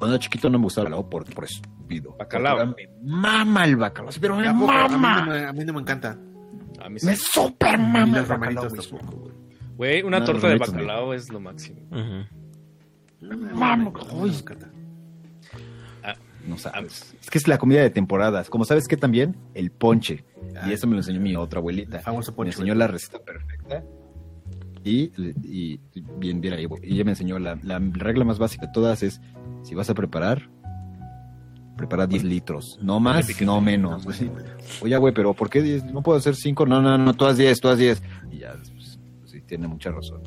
S5: Cuando era chiquito no me gustaba el bacalao por, por estúpido.
S4: Bacalao.
S5: Porque ahora Me mama el bacalao, sí, pero me
S1: ¿A poco? A mí no
S5: mama.
S1: me- a mí no me encanta.
S4: A mí sí.
S5: Me super
S1: Y
S5: mama el
S1: los
S5: bacalao.
S1: romeritos tampoco. güey.
S4: Güey, una
S5: No,
S4: torta de
S5: no, no, no.
S4: bacalao es lo máximo.
S2: Ujú.
S1: Mamo, uy.
S5: No sabes. Es que es la comida de temporadas. Como sabes que también, el ponche.
S1: Ay.
S5: Y eso me lo enseñó mi otra abuelita.
S1: El Ah. famoso
S5: Me
S1: ponche,
S5: enseñó la receta perfecta. Y, y- y bien, bien ahí. güey. Y ella me enseñó la, la regla más básica de todas es, si vas a preparar, prepara 10 litros. No más, no menos. güey. Oye, güey, pero ¿por qué 10? No puedo hacer 5. No, no, no, todas 10, todas 10. Y ya, pues, sí, tiene mucha razón.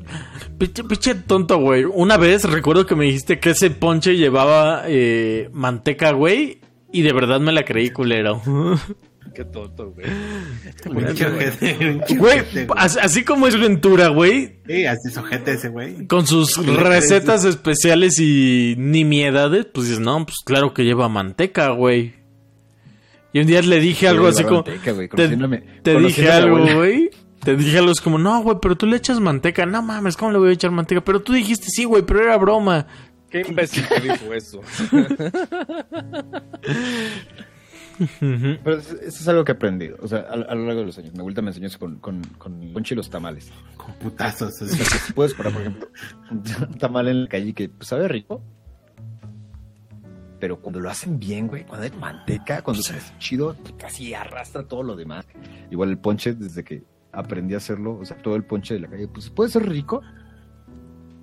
S2: Pinche, pinche tonto, güey. Una vez recuerdo que me dijiste que ese ponche llevaba eh, manteca, güey. Y de verdad me la creí, culero.
S4: Qué tonto, güey.
S1: Un choquete, un
S2: Güey,
S1: choquete, güey.
S2: as- así como es Ventura, güey.
S1: Sí, así es ojete ese, güey.
S2: Con sus recetas especiales y nimiedades, pues dices, no, pues claro que lleva manteca, güey. Y un día le dije algo así como.
S5: Manteca, güey,
S2: te-
S5: conociéndome-
S2: Te
S5: conociendo
S2: dije
S5: a mi
S2: algo,
S5: abuela.
S2: güey. Te dije algo es como, no, güey, pero tú le echas manteca. No mames, ¿cómo le voy a echar manteca? Pero tú dijiste sí, güey, pero era broma.
S4: Qué imbécil que dijo eso.
S2: Ujú.
S5: Pero es- eso es algo que he aprendido, o sea, a, a lo largo de los años. Mi abuelita me enseñó eso con, con, con el ponche y los tamales.
S1: Con putazos. o
S5: O sea,
S1: sea,
S5: que si puedes parar, por ejemplo, un tamal en la calle que pues, sabe rico, pero cuando lo hacen bien, güey, cuando hay manteca, cuando se hace chido, casi arrastra todo lo demás. Igual el ponche, desde que aprendí a hacerlo, o sea, todo el ponche de la calle, pues puede ser rico,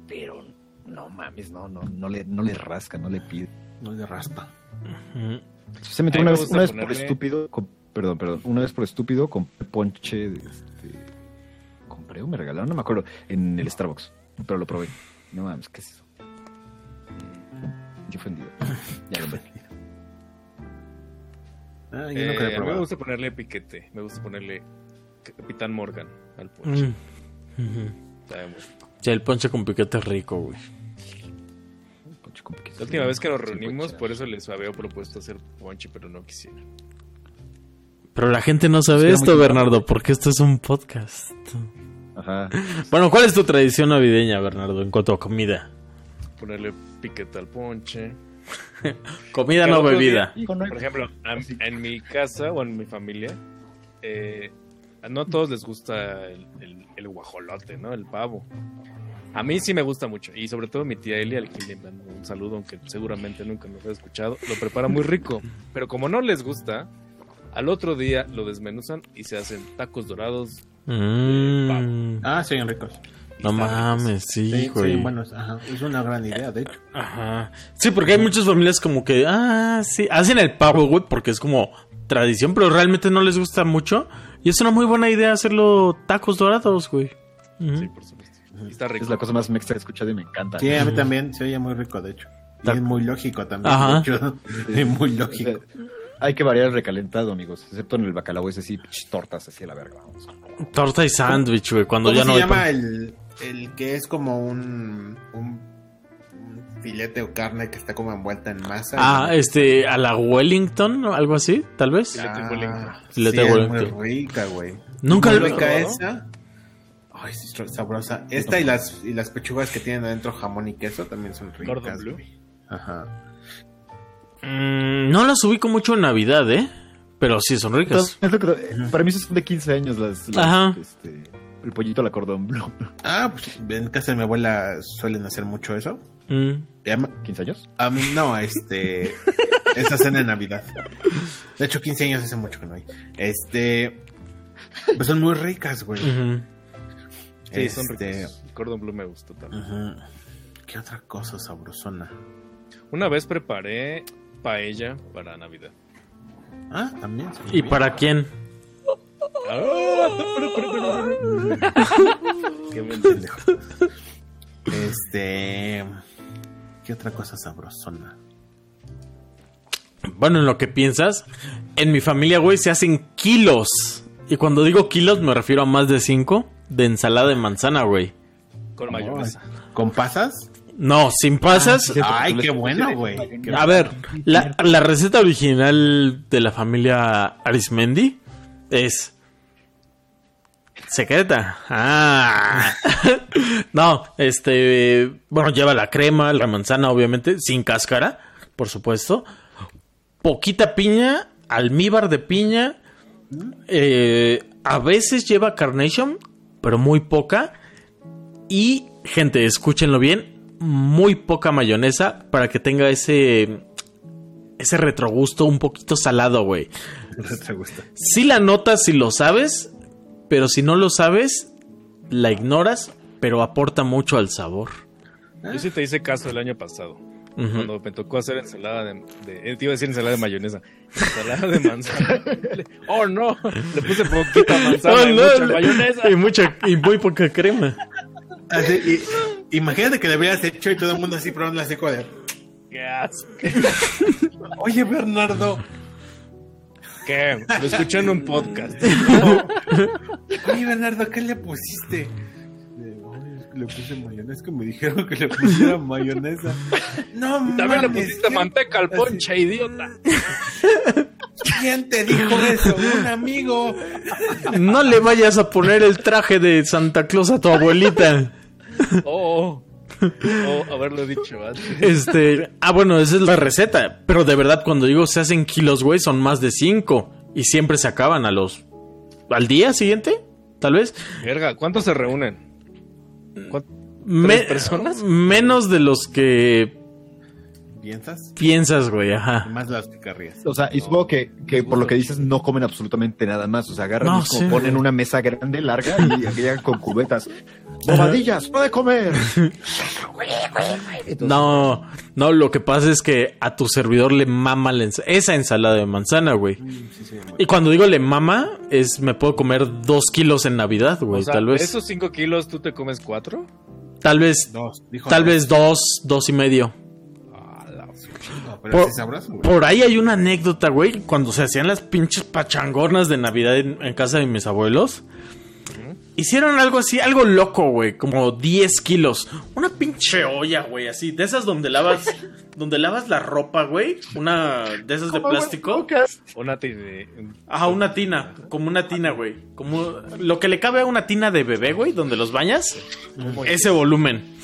S5: pero no mames, no, no, no le, no le rasca, no le pide.
S1: No le raspa.
S2: Ujú.
S5: Se metió
S4: A mí me
S5: una vez,
S4: gusta
S5: una vez por
S4: ponerle-
S5: estúpido, com- perdón, perdón, una vez por estúpido compré ponche, de, este, compré o me regalaron, no me acuerdo, en el Starbucks, pero lo probé. No mames, ¿qué es eso? Yo ofendido. Ya lo vendí.
S1: Ah, yo
S4: Eh,
S1: nunca lo he
S4: a mí me
S1: probado.
S4: gusta ponerle piquete. Me gusta ponerle Capitán Morgan al ponche.
S2: Mm. Ujú.
S4: Sabe muy rico.
S2: Sí, el ponche con piquete es rico, güey.
S5: Ponche con piquete.
S4: La última vez que nos
S5: Sí,
S4: reunimos,
S5: ponche.
S4: por eso les había propuesto hacer ponche, pero no quisiera.
S2: Pero la gente no sabe
S5: Espera
S2: esto,
S5: mucho.
S2: Bernardo, porque esto es un podcast.
S5: Ajá.
S2: Bueno, ¿cuál es tu tradición navideña, Bernardo, en cuanto a comida?
S4: Ponerle piquete al ponche.
S2: Comida
S4: Que
S2: no
S4: otro día-
S2: bebida.
S4: Por ejemplo, a- en mi casa o en mi familia, eh, no a todos les gusta el, el- el guajolote, ¿no? El pavo. A mí sí me gusta mucho. Y sobre todo mi tía Elia, al que le mando un saludo, aunque seguramente nunca me haya escuchado, lo prepara muy rico. Pero como no les gusta, al otro día lo desmenuzan y se hacen tacos dorados.
S2: Mm.
S1: Ah, soy ricos.
S4: y
S2: no
S4: están ricos.
S2: mames, sí,
S1: Sí,
S2: güey.
S1: sí, buenos. Ajá. Es una gran idea, de hecho.
S2: Ajá. Sí, porque hay muchas familias como que, ah, sí, hacen el pavo, güey, porque es como tradición, pero realmente no les gusta mucho. Y es una muy buena idea hacerlo tacos dorados, güey. Ujú.
S4: Sí, por supuesto. Y está rico.
S5: Es la cosa más mexa que he escuchado y me encanta.
S1: Sí, a mí también se oye muy rico, de hecho. Y
S2: Ta-
S1: es muy lógico también.
S2: Ajá.
S1: De hecho, es muy
S5: O sea,
S1: lógico.
S2: Eh,
S5: hay que variar el recalentado, amigos. Excepto en el bacalao, ese sí, pch, tortas así a la verga. Vamos.
S2: Torta y sándwich, güey, cuando
S1: ¿Cómo
S2: ya
S1: se
S2: no hay
S1: llama
S2: pan.
S1: el, el que es como un, un, un filete o carne que está como envuelta en masa.
S2: Ah,
S1: Y-
S2: este, a la Wellington, o algo así, tal vez.
S4: Sí. filete Wellington.
S1: Ah, sí,
S2: Filete
S1: es
S2: Wellington.
S1: muy rica, güey.
S2: Nunca
S1: Muy
S2: lo
S1: rica
S4: probado?
S1: esa. Ay, sí, está sabrosa. Esta y las y las pechugas que tienen adentro jamón y queso también son ricas.
S4: Gordon Blue.
S1: güey. Ajá.
S2: Mm, no las ubico mucho en Navidad, ¿eh? Pero sí son ricas.
S5: Es lo que- para mí eso son de 15 años las, las,
S2: Ajá.
S5: este, el pollito a la cordón blue.
S1: Ah, pues en casa de mi abuela suelen hacer mucho eso.
S2: Mm.
S1: Y ama-
S5: ¿15 años?
S1: a mí- no, este esa cena de Navidad. De hecho, 15 años hace mucho que no hay. Este pues son muy ricas, güey.
S2: Mm, Ujú.
S4: Sí, son
S1: Este,
S4: ricos. Cordon Bleu me gustó también.
S1: ujú. ¿Qué otra cosa sabrosona?
S4: Una vez preparé paella para Navidad.
S1: Ah, también. se me
S2: ¿Y
S1: olvidó.
S2: para quién?
S4: Qué mentira.
S1: Este. ¿Qué otra cosa sabrosona?
S2: Bueno, en lo que piensas, en mi familia, güey, se hacen kilos. Y cuando digo kilos, me refiero a más de cinco de ensalada de manzana, güey.
S4: Con mayonesa.
S1: ¿Con pasas?
S2: No, sin pasas.
S1: Ay, qué bueno, güey. Qué-
S2: a ver, la, la receta original de la familia Arismendi es secreta. Ah. no, este, bueno, lleva la crema, la manzana, obviamente, sin cáscara, por supuesto. Poquita piña, almíbar de piña. eh, a veces lleva carnation, pero muy poca. Y, gente, escúchenlo bien. Muy poca mayonesa para que tenga ese. Ese retrogusto un poquito salado, güey.
S1: Te gusta.
S2: Si la notas si lo sabes, pero si no lo sabes, la ignoras, pero aporta mucho al sabor.
S4: Yo sí te hice caso el año pasado.
S2: Ujú.
S4: Cuando me tocó hacer ensalada de, de- eh, Te iba a decir ensalada de mayonesa. Ensalada de manzana. Le- ¡Oh, no! Le puse poquita manzana
S2: Oh,
S4: y
S2: no,
S4: mucha
S2: le-
S4: mayonesa.
S2: y mucha- y muy poca crema.
S1: Así, Ah, y- imagínate que le hubieras hecho y todo el mundo así probando la seco de.
S4: ¡Qué asco!
S1: Oye, Bernardo.
S4: ¿Qué? Lo escuché en un podcast.
S1: Oye, Bernardo, ¿qué le pusiste? Le- "Ay, es que Le puse mayonesa, es que me dijeron que le pusiera mayonesa. No,
S4: También le
S1: mames,
S4: pusiste
S1: ¿quién-
S4: manteca al ponche, idiota.
S1: ¿Quién te dijo eso? Un amigo.
S2: No le vayas a poner el traje de Santa Claus a tu abuelita.
S4: Oh, oh. Oh, haberlo dicho antes.
S2: Este, ah, bueno, esa es la receta. Pero de verdad, cuando digo se hacen kilos, güey, son más de cinco. Y siempre se acaban a los. al día siguiente, tal vez.
S4: Verga, ¿cuántos se reúnen? ¿Cuán-
S2: Me-
S4: personas?
S2: Menos de los que
S1: ¿Piensas?
S2: piensas, güey, ajá.
S1: Más las picarrías.
S5: O sea, y supongo que, que por lo que dices no comen absolutamente nada más. O sea, agarran
S2: No,
S5: y es como
S2: sí.
S5: ponen una mesa grande, larga y llegan con cubetas. ¡Bobadillas! ¡Puede comer!
S2: No, no, lo que pasa es que a tu servidor le mama la ens- esa ensalada de manzana, güey. Y cuando digo le mama, es me puedo comer dos kilos en Navidad, güey,
S4: O
S2: Pues
S4: sea,
S2: tal
S4: de
S2: vez.
S4: esos 5 kilos, ¿tú te comes 4?
S2: Tal vez,
S1: Dos. Dijo
S2: tal
S1: dos.
S2: vez dos, dos y medio.
S1: No, pero
S2: Por-
S1: sí sabroso, güey.
S2: Por ahí hay una anécdota, güey, cuando se hacían las pinches pachangonas de Navidad en, en casa de mis abuelos. Hicieron algo así, algo loco, güey, como 10 kilos. Una pinche olla, güey, así, de esas donde lavas, donde lavas la ropa, güey. Una de esas de plástico.
S4: Una tiene.
S2: Ajá, una tina, como una tina, güey. Como lo que le cabe a una tina de bebé, güey, donde los bañas. Ese volumen.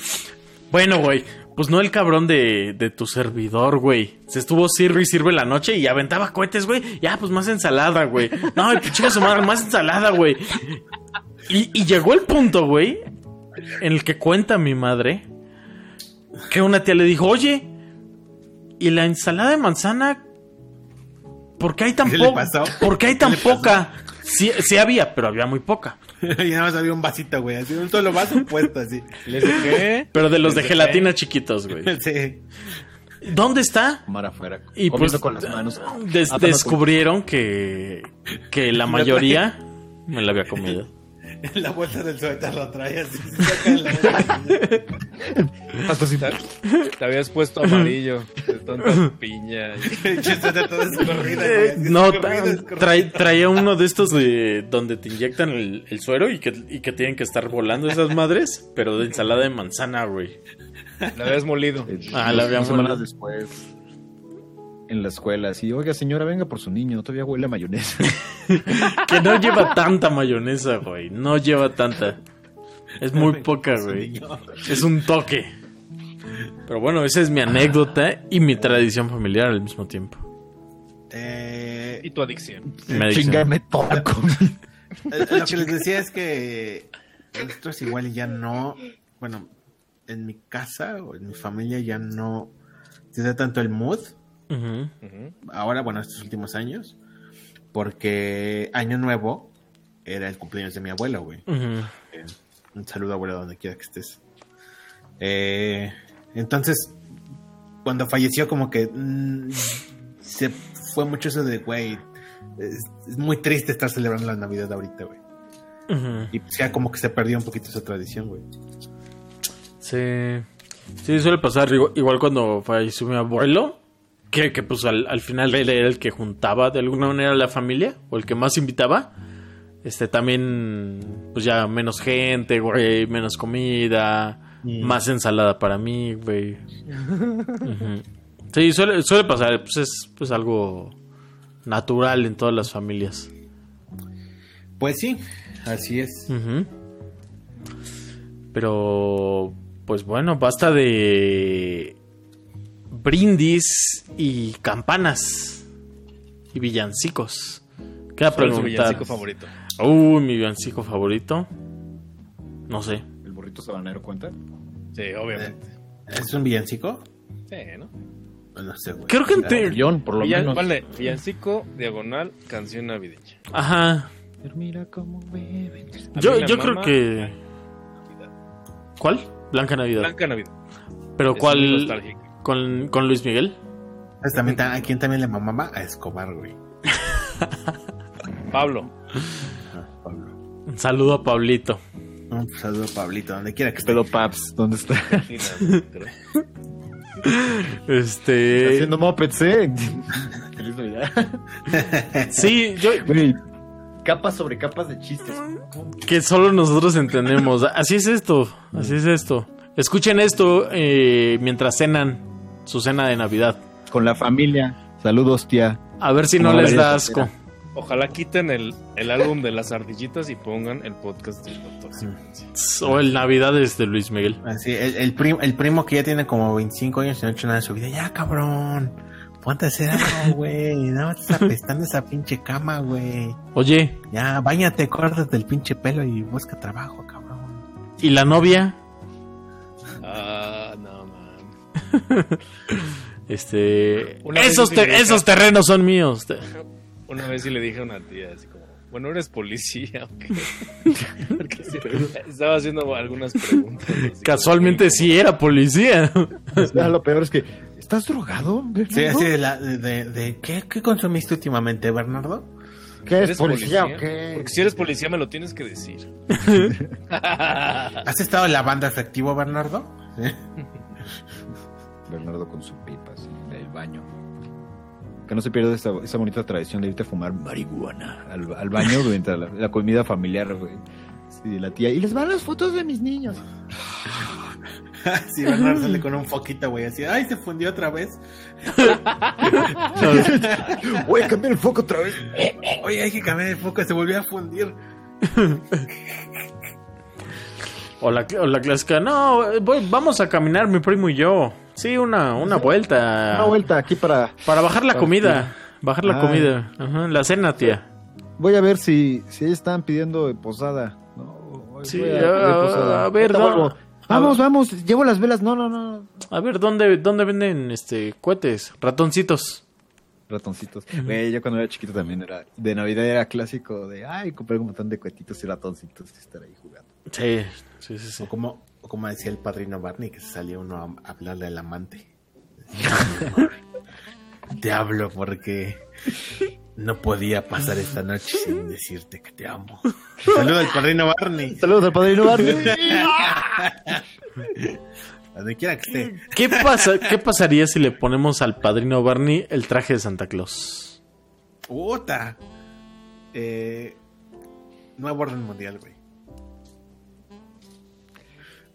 S2: Bueno, güey, pues no el cabrón de, de tu servidor, güey. Se estuvo sirve y sirve la noche y aventaba cohetes, güey. Ya, pues más ensalada, güey. No, y que chinga su madre, más ensalada, güey. Y, y llegó el punto, güey, en el que cuenta mi madre que una tía le dijo, oye, ¿y la ensalada de manzana? ¿Por qué hay tan
S1: ¿Qué le
S2: poca?
S1: pasó?
S2: ¿Por qué hay tan poca? Sí, sí había, pero había muy poca.
S1: y nada más había un vasito, güey. Así, un solo vaso puesto así.
S4: ¿Les dejé?
S2: Pero de los de gelatina chiquitos, güey.
S1: Sí.
S2: ¿Dónde está?
S5: Tomar afuera.
S2: Y
S5: comiendo
S2: pues,
S5: con las manos.
S2: Des-
S5: Ah,
S2: descubrieron que, que la mayoría me la había comido.
S1: La vuelta del suéter lo trae así. se saca la bolsa.
S4: Te habías puesto amarillo de tanta piña.
S1: El chiste está todo escorrido,
S2: Eh,
S1: güey, así,
S2: no,
S1: escorrido,
S2: tra-
S1: escorrido.
S2: trae- traía uno de estos de donde te inyectan el, el suero y que, y que tienen que estar volando esas madres, pero de ensalada de manzana, güey.
S4: La habías molido.
S2: Ah, la habíamos
S5: eh, Dos semanas
S2: hablado.
S5: después. En la escuela, así, oiga señora, venga por su niño, todavía huele a mayonesa.
S2: Que no lleva tanta mayonesa, güey. No lleva tanta. Es muy poca, güey.
S1: Niño.
S2: Es un toque. Pero bueno, esa es mi anécdota y mi tradición familiar al mismo tiempo.
S1: Eh,
S4: Y tu adicción.
S2: Mi adicción.
S5: Chingarme toda la comida.
S1: Eh, Lo que les decía es que esto es igual y ya no, bueno, en mi casa o en mi familia ya no se da tanto el mood,
S2: Ujú.
S4: Ujú.
S1: ahora, bueno, estos últimos años, porque Año Nuevo era el cumpleaños de mi abuelo, güey.
S2: Ujú.
S1: Eh, Un saludo, abuelo, donde quiera que estés. Eh, entonces, cuando falleció, como que mm, se fue mucho eso de, güey, es, es muy triste estar celebrando la Navidad ahorita, güey.
S2: Ujú.
S1: Y pues ya como que se perdió un poquito esa tradición, güey.
S2: Sí. Sí, suele pasar. Igu- Igual cuando falleció mi abuelo, que, que pues al, al final él era el que juntaba de alguna manera a la familia, o el que más invitaba. Este también, pues ya menos gente, güey, menos comida,
S1: Mm.
S2: más ensalada para mí, güey. Ujú. Sí, suele, suele pasar, pues es pues algo natural en todas las familias.
S1: Pues sí, así es.
S2: Ujú. Pero, pues bueno, basta de brindis y campanas y villancicos. Queda
S4: ¿Cuál es tu
S2: preguntar.
S4: villancico favorito?
S2: Uy, mi villancico favorito. No sé.
S5: ¿El burrito sabanero cuenta?
S4: Sí, obviamente.
S1: ¿Es un villancico? Pues
S4: Sí, ¿no?
S1: No sé, güey.
S2: Creo que
S5: El
S2: entre.
S5: guión, por lo
S4: Villan-
S5: menos.
S4: ponle, villancico, diagonal, canción navideña.
S2: Ajá.
S5: Mira cómo beben.
S4: A
S2: Yo,
S4: mí la
S2: yo creo
S4: mama-
S2: que. ¿Cuál? Blanca Navidad.
S4: Blanca Navidad.
S2: Pero
S4: Es muy
S2: ¿cuál?
S4: nostálgica.
S2: Con, con Luis Miguel.
S1: Pues también, ta- ¿A quién también le mamaba? A Escobar, güey.
S4: Pablo.
S1: Ajá, Pablo.
S2: Un saludo a Pablito.
S1: Un saludo, Pablito, donde quiera que esté.
S5: Pero Paps, ¿dónde está?
S4: Tina, creo.
S2: Este.
S5: Haciendo mopeds, ¿eh? Feliz Navidad.
S2: Sí, yo,
S5: Güey, Capas sobre capas de chistes.
S2: que solo nosotros entendemos. Así es esto, así es esto. Escuchen esto eh, mientras cenan su cena de Navidad.
S5: Con la familia. Saludos, tía.
S2: A ver si no
S5: Como
S2: les
S5: varias
S2: da asco.
S4: Ojalá quiten el, el álbum de las ardillitas y pongan el podcast del doctor Simonsi.
S2: O el Navidades de Luis Miguel.
S1: Así, el, el, prim- el primo que ya tiene como 25 años y no ha hecho nada de su vida. Ya, cabrón. Ponte a hacer algo, güey. Nada más estás apestando esa pinche cama, güey.
S2: Oye,
S1: Ya, bañate, córtate el pinche pelo y busca trabajo, cabrón.
S2: ¿y la novia?
S4: Ah, no, man.
S2: Este.
S4: Una vez
S2: Esos,
S4: sí
S2: te-
S4: me dijo.
S2: esos terrenos son míos. Te-
S4: Una vez sí le dije a una tía así como, bueno, eres policía, ¿o qué?" Porque sí, estaba haciendo algunas preguntas. así como,
S2: Casualmente sí era policía.
S5: O sea, Ah, lo peor es que. ¿Estás drogado?
S1: Sí,
S5: Bernardo?
S1: así de, la, de, de- de- ¿qué, ¿qué consumiste últimamente, Bernardo?
S5: ¿Qué eres,
S4: ¿Eres
S5: policía,
S4: policía?
S5: o qué?
S4: Porque si eres policía me lo tienes que decir.
S1: ¿Has estado en la banda efectivo, Bernardo?
S5: Bernardo con su pipa, así, del baño. Que no se pierda esa, esa bonita tradición de irte a fumar marihuana al, al baño durante la, la comida familiar, güey. Sí, la tía. Y les van las fotos de mis niños.
S1: Sí, Bernardo sale con un foquito, güey, así, ay, se fundió otra vez.
S5: Voy a cambiar el foco otra vez.
S1: Oye, hay que cambiar el foco, se volvió a fundir.
S2: O la, o la clásica. No, voy- vamos a caminar mi primo y yo. Sí, una, una vuelta.
S5: Una vuelta aquí para.
S2: Para bajar la
S5: Para-
S2: comida. Bajar la
S5: Ah.
S2: comida. Ajá, la cena, tía.
S5: Voy a ver si, si están pidiendo de posada. No, hoy
S2: Sí,
S5: voy a, pedir
S2: a-
S5: posada.
S2: a ver,
S5: Ahorita
S2: no.
S5: vuelvo. Vamos, vamos, llevo las velas. No, no, no.
S2: A ver, ¿dónde, dónde venden este cohetes? Ratoncitos.
S5: Ratoncitos. Güey, yo cuando era chiquito también era. De Navidad era clásico de. Ay, compré un montón de cohetitos y ratoncitos y estar ahí jugando.
S2: Sí, sí, sí, sí.
S1: O como, o como decía el padrino Barney, que se salió uno a hablarle al amante. Te hablo porque No podía pasar esta noche sin decirte que te amo. Saludos al padrino Barney.
S5: Saludos al padrino Barney.
S1: Donde quiera que esté.
S2: ¿Qué, pasa, ¿Qué pasaría si le ponemos al padrino Barney el traje de Santa Claus?
S1: Puta. Eh, nuevo orden mundial, güey.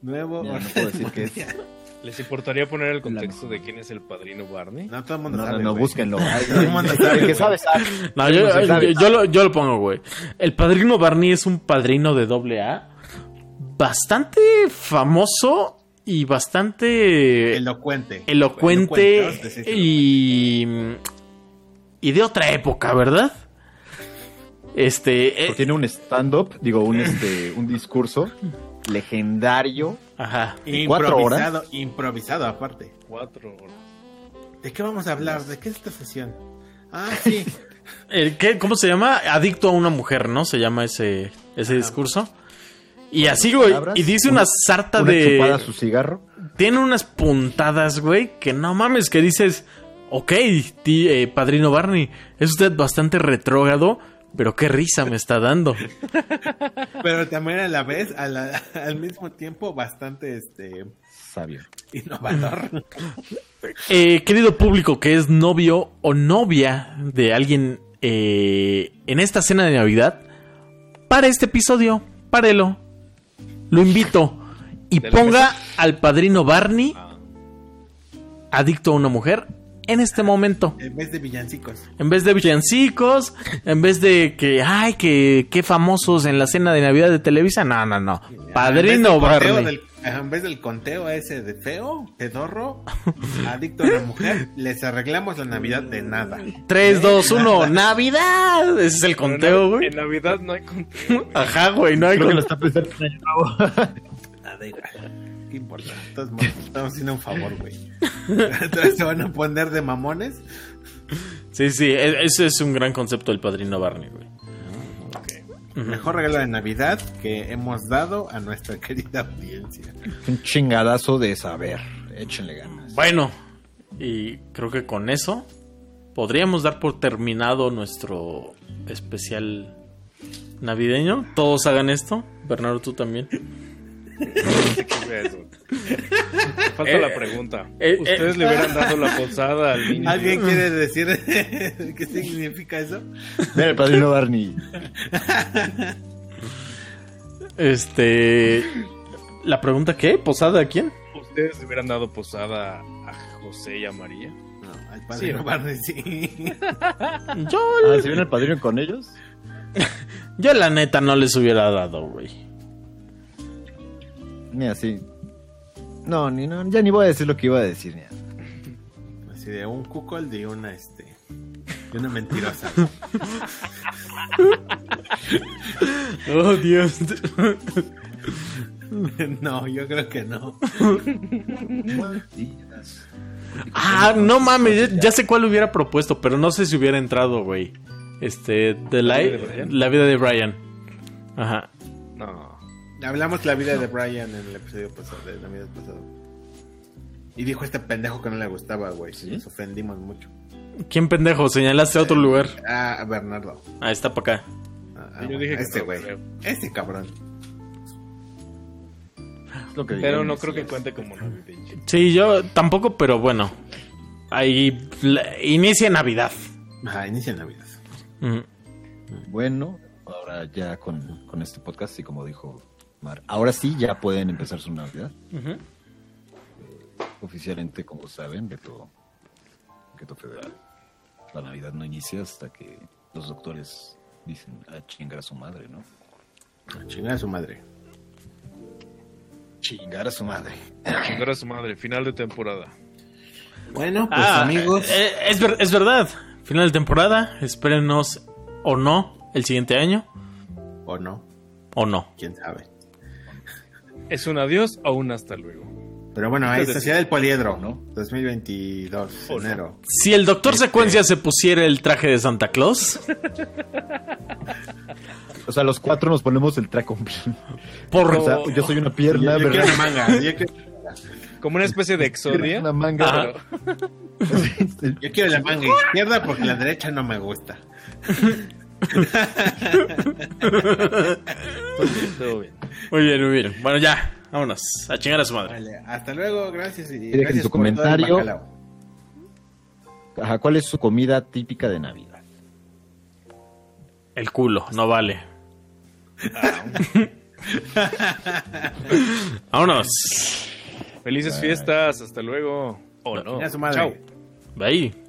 S1: Nuevo
S5: Ya, no
S1: orden
S5: puedo decir que
S1: mundial.
S5: es.
S4: ¿Les importaría poner el contexto de quién es el padrino Barney?
S1: No, todo el mundo
S5: No, no,
S1: sabe.
S5: no,
S1: güey.
S5: búsquenlo.
S1: Todo el mundo sabe,
S5: El que
S1: güey.
S5: sabe, sabe.
S2: No, yo,
S5: Sí,
S2: yo,
S5: sabe.
S2: yo lo, yo lo pongo, güey. El padrino Barney es un padrino de doble A. Bastante famoso y bastante
S1: Elocuente.
S2: elocuente
S1: Elocuente, sí, sí,
S2: y, y de otra época, ¿verdad? Este... eh,
S5: Porque Tiene un stand-up, digo, un, este, un discurso legendario.
S2: ajá.
S1: elocuente.
S5: ¿Cuatro horas?
S1: Improvisado, improvisado aparte.
S4: Cuatro horas.
S1: ¿De qué vamos a hablar? ¿De qué es esta sesión? Ah, sí.
S2: El que- ¿Cómo se llama? Adicto a una mujer, ¿no? Se llama ese, ese discurso. Y así, güey.
S5: palabras,
S2: Y dice
S5: una-
S2: una sarta
S5: Una
S2: de...
S5: chupada a su cigarro.
S2: tiene unas puntadas, güey, que no mames, que dices, ok, ti- eh, padrino Barney, es usted bastante retrógrado, pero qué risa me está dando.
S1: Pero también a la vez, a la- al mismo tiempo, bastante este
S5: Sabio.
S1: innovador.
S2: Eh, querido público que es novio o novia de alguien eh, en esta cena de Navidad, para este episodio, párelo, lo invito y
S4: De la
S2: ponga al padrino Barney,
S4: Ah.
S2: adicto a una mujer, en este momento.
S1: En vez de villancicos.
S2: En vez de villancicos, en vez de que, ay, que, qué famosos en la cena de Navidad de Televisa. No, no, no. Padrino
S1: En vez del conteo
S2: Barney.
S1: del- ajá, en vez del conteo ese de feo, pedorro, adicto a la mujer, les arreglamos la Navidad de nada.
S2: 3, 2, 1, Navidad. Ese es el conteo, güey.
S4: En Navidad no hay conteo. güey.
S2: Ajá, güey, no hay
S5: Creo que lo
S2: conteo.
S5: está pensando en año nuevo.
S1: Nada igual. ¿Qué importa? De todos modos, estamos haciendo un favor, güey. Entonces se van a poner de mamones.
S2: Sí, sí, e- ese es un gran concepto del padrino Barney, güey.
S1: El Mejor regalo de Navidad que hemos dado a nuestra querida audiencia.
S5: Un chingadazo de saber. Échenle ganas.
S2: Bueno, y creo que con eso podríamos dar por terminado nuestro especial navideño. Todos hagan esto. Bernardo, tú también.
S4: ¿Qué es eso? Me Falta
S2: Eh,
S4: la pregunta.
S2: eh,
S4: ¿Ustedes
S2: eh.
S4: le hubieran dado la posada al niño?
S1: ¿Alguien quiere
S4: Mm.
S1: decir qué significa eso?
S5: Mira el padrino Barney.
S2: Este. ¿La pregunta qué? ¿Posada a quién?
S4: ¿Ustedes le hubieran dado posada a José y a María?
S1: No, al padrino
S4: Sí.
S1: Barney sí.
S2: Yo,
S5: Ah, ¿se viene el padrino con ellos?
S2: yo la neta no les hubiera dado, güey.
S5: Ni así. No, ni no, ya ni voy a decir lo que iba a decir. Ni así.
S1: Así de un cuckold y una este. Y una mentirosa.
S2: Oh, Dios.
S1: No, yo creo que no.
S2: ah, no mames, ya, ya sé cuál hubiera propuesto, pero no sé si hubiera entrado, güey. Este, de la,
S4: ¿La vida de Brian?
S2: la vida de Brian. Ajá.
S4: No.
S1: Hablamos la vida de Brian en el episodio pasado, de Navidad pasado. Y dijo este pendejo que no le gustaba, güey. Nos ofendimos mucho.
S2: ¿Quién pendejo? Señalaste a otro lugar.
S1: Ah, a Bernardo.
S2: Ah, está para acá.
S1: Ah, ah,
S4: Yo
S1: bueno,
S4: dije que
S1: este
S4: no,
S1: güey.
S4: creo.
S1: Este cabrón.
S5: Es lo que
S4: Pero
S5: dijeron,
S4: no
S5: sí,
S4: creo que
S5: es.
S4: cuente como navideño.
S2: Sí, yo tampoco, pero bueno. Ahí la- inicia Navidad.
S1: Ajá, inicia Navidad.
S2: Mm.
S5: Bueno, ahora ya con, con este podcast, y como dijo Mar, ahora sí ya pueden empezar su Navidad. Eh,
S2: Ujú.
S5: Oficialmente, como saben, veto, veto federal. La Navidad no inicia hasta que los doctores dicen a chingar a su madre, ¿no?
S1: A chingar a su madre.
S5: Chingar a su madre.
S4: Chingar a su madre, final de temporada.
S1: Bueno, pues
S2: Ah,
S1: amigos.
S2: eh, es, ver- es verdad. Final de temporada. Espérenos o no el siguiente año.
S1: O no,
S2: O no.
S1: quién sabe.
S4: ¿Es un adiós o un hasta luego?
S1: Pero bueno, ahí
S4: Entonces,
S1: Sociedad del Poliedro,
S5: ¿no?
S1: 2022,
S4: O no.
S1: enero.
S2: Si el doctor Secuencia se pusiera el traje de Santa Claus,
S5: O sea, los cuatro nos ponemos el tracombi.
S2: por
S5: O sea, yo soy una pierna,
S1: yo, yo
S5: ¿verdad?
S1: quiero una manga. yo quiero-
S4: Como una especie de
S5: Tienes
S4: exodia.
S5: una manga.
S4: pero-
S1: Yo quiero la manga izquierda porque la derecha no me gusta.
S4: Todo bien, todo bien.
S2: Muy bien, muy bien. Bueno, ya, vámonos. A chingar a su madre.
S1: Vale, hasta luego, gracias. Y
S5: Dejen
S1: gracias
S5: su
S1: por todo el
S5: comentario.
S1: bacalao.
S5: Ajá, ¿Cuál es su comida típica de Navidad?
S2: El culo, no vale. vámonos.
S4: Felices fiestas, hasta luego. Oh, no.
S1: Chinga su madre.
S4: Chao.
S2: Bye.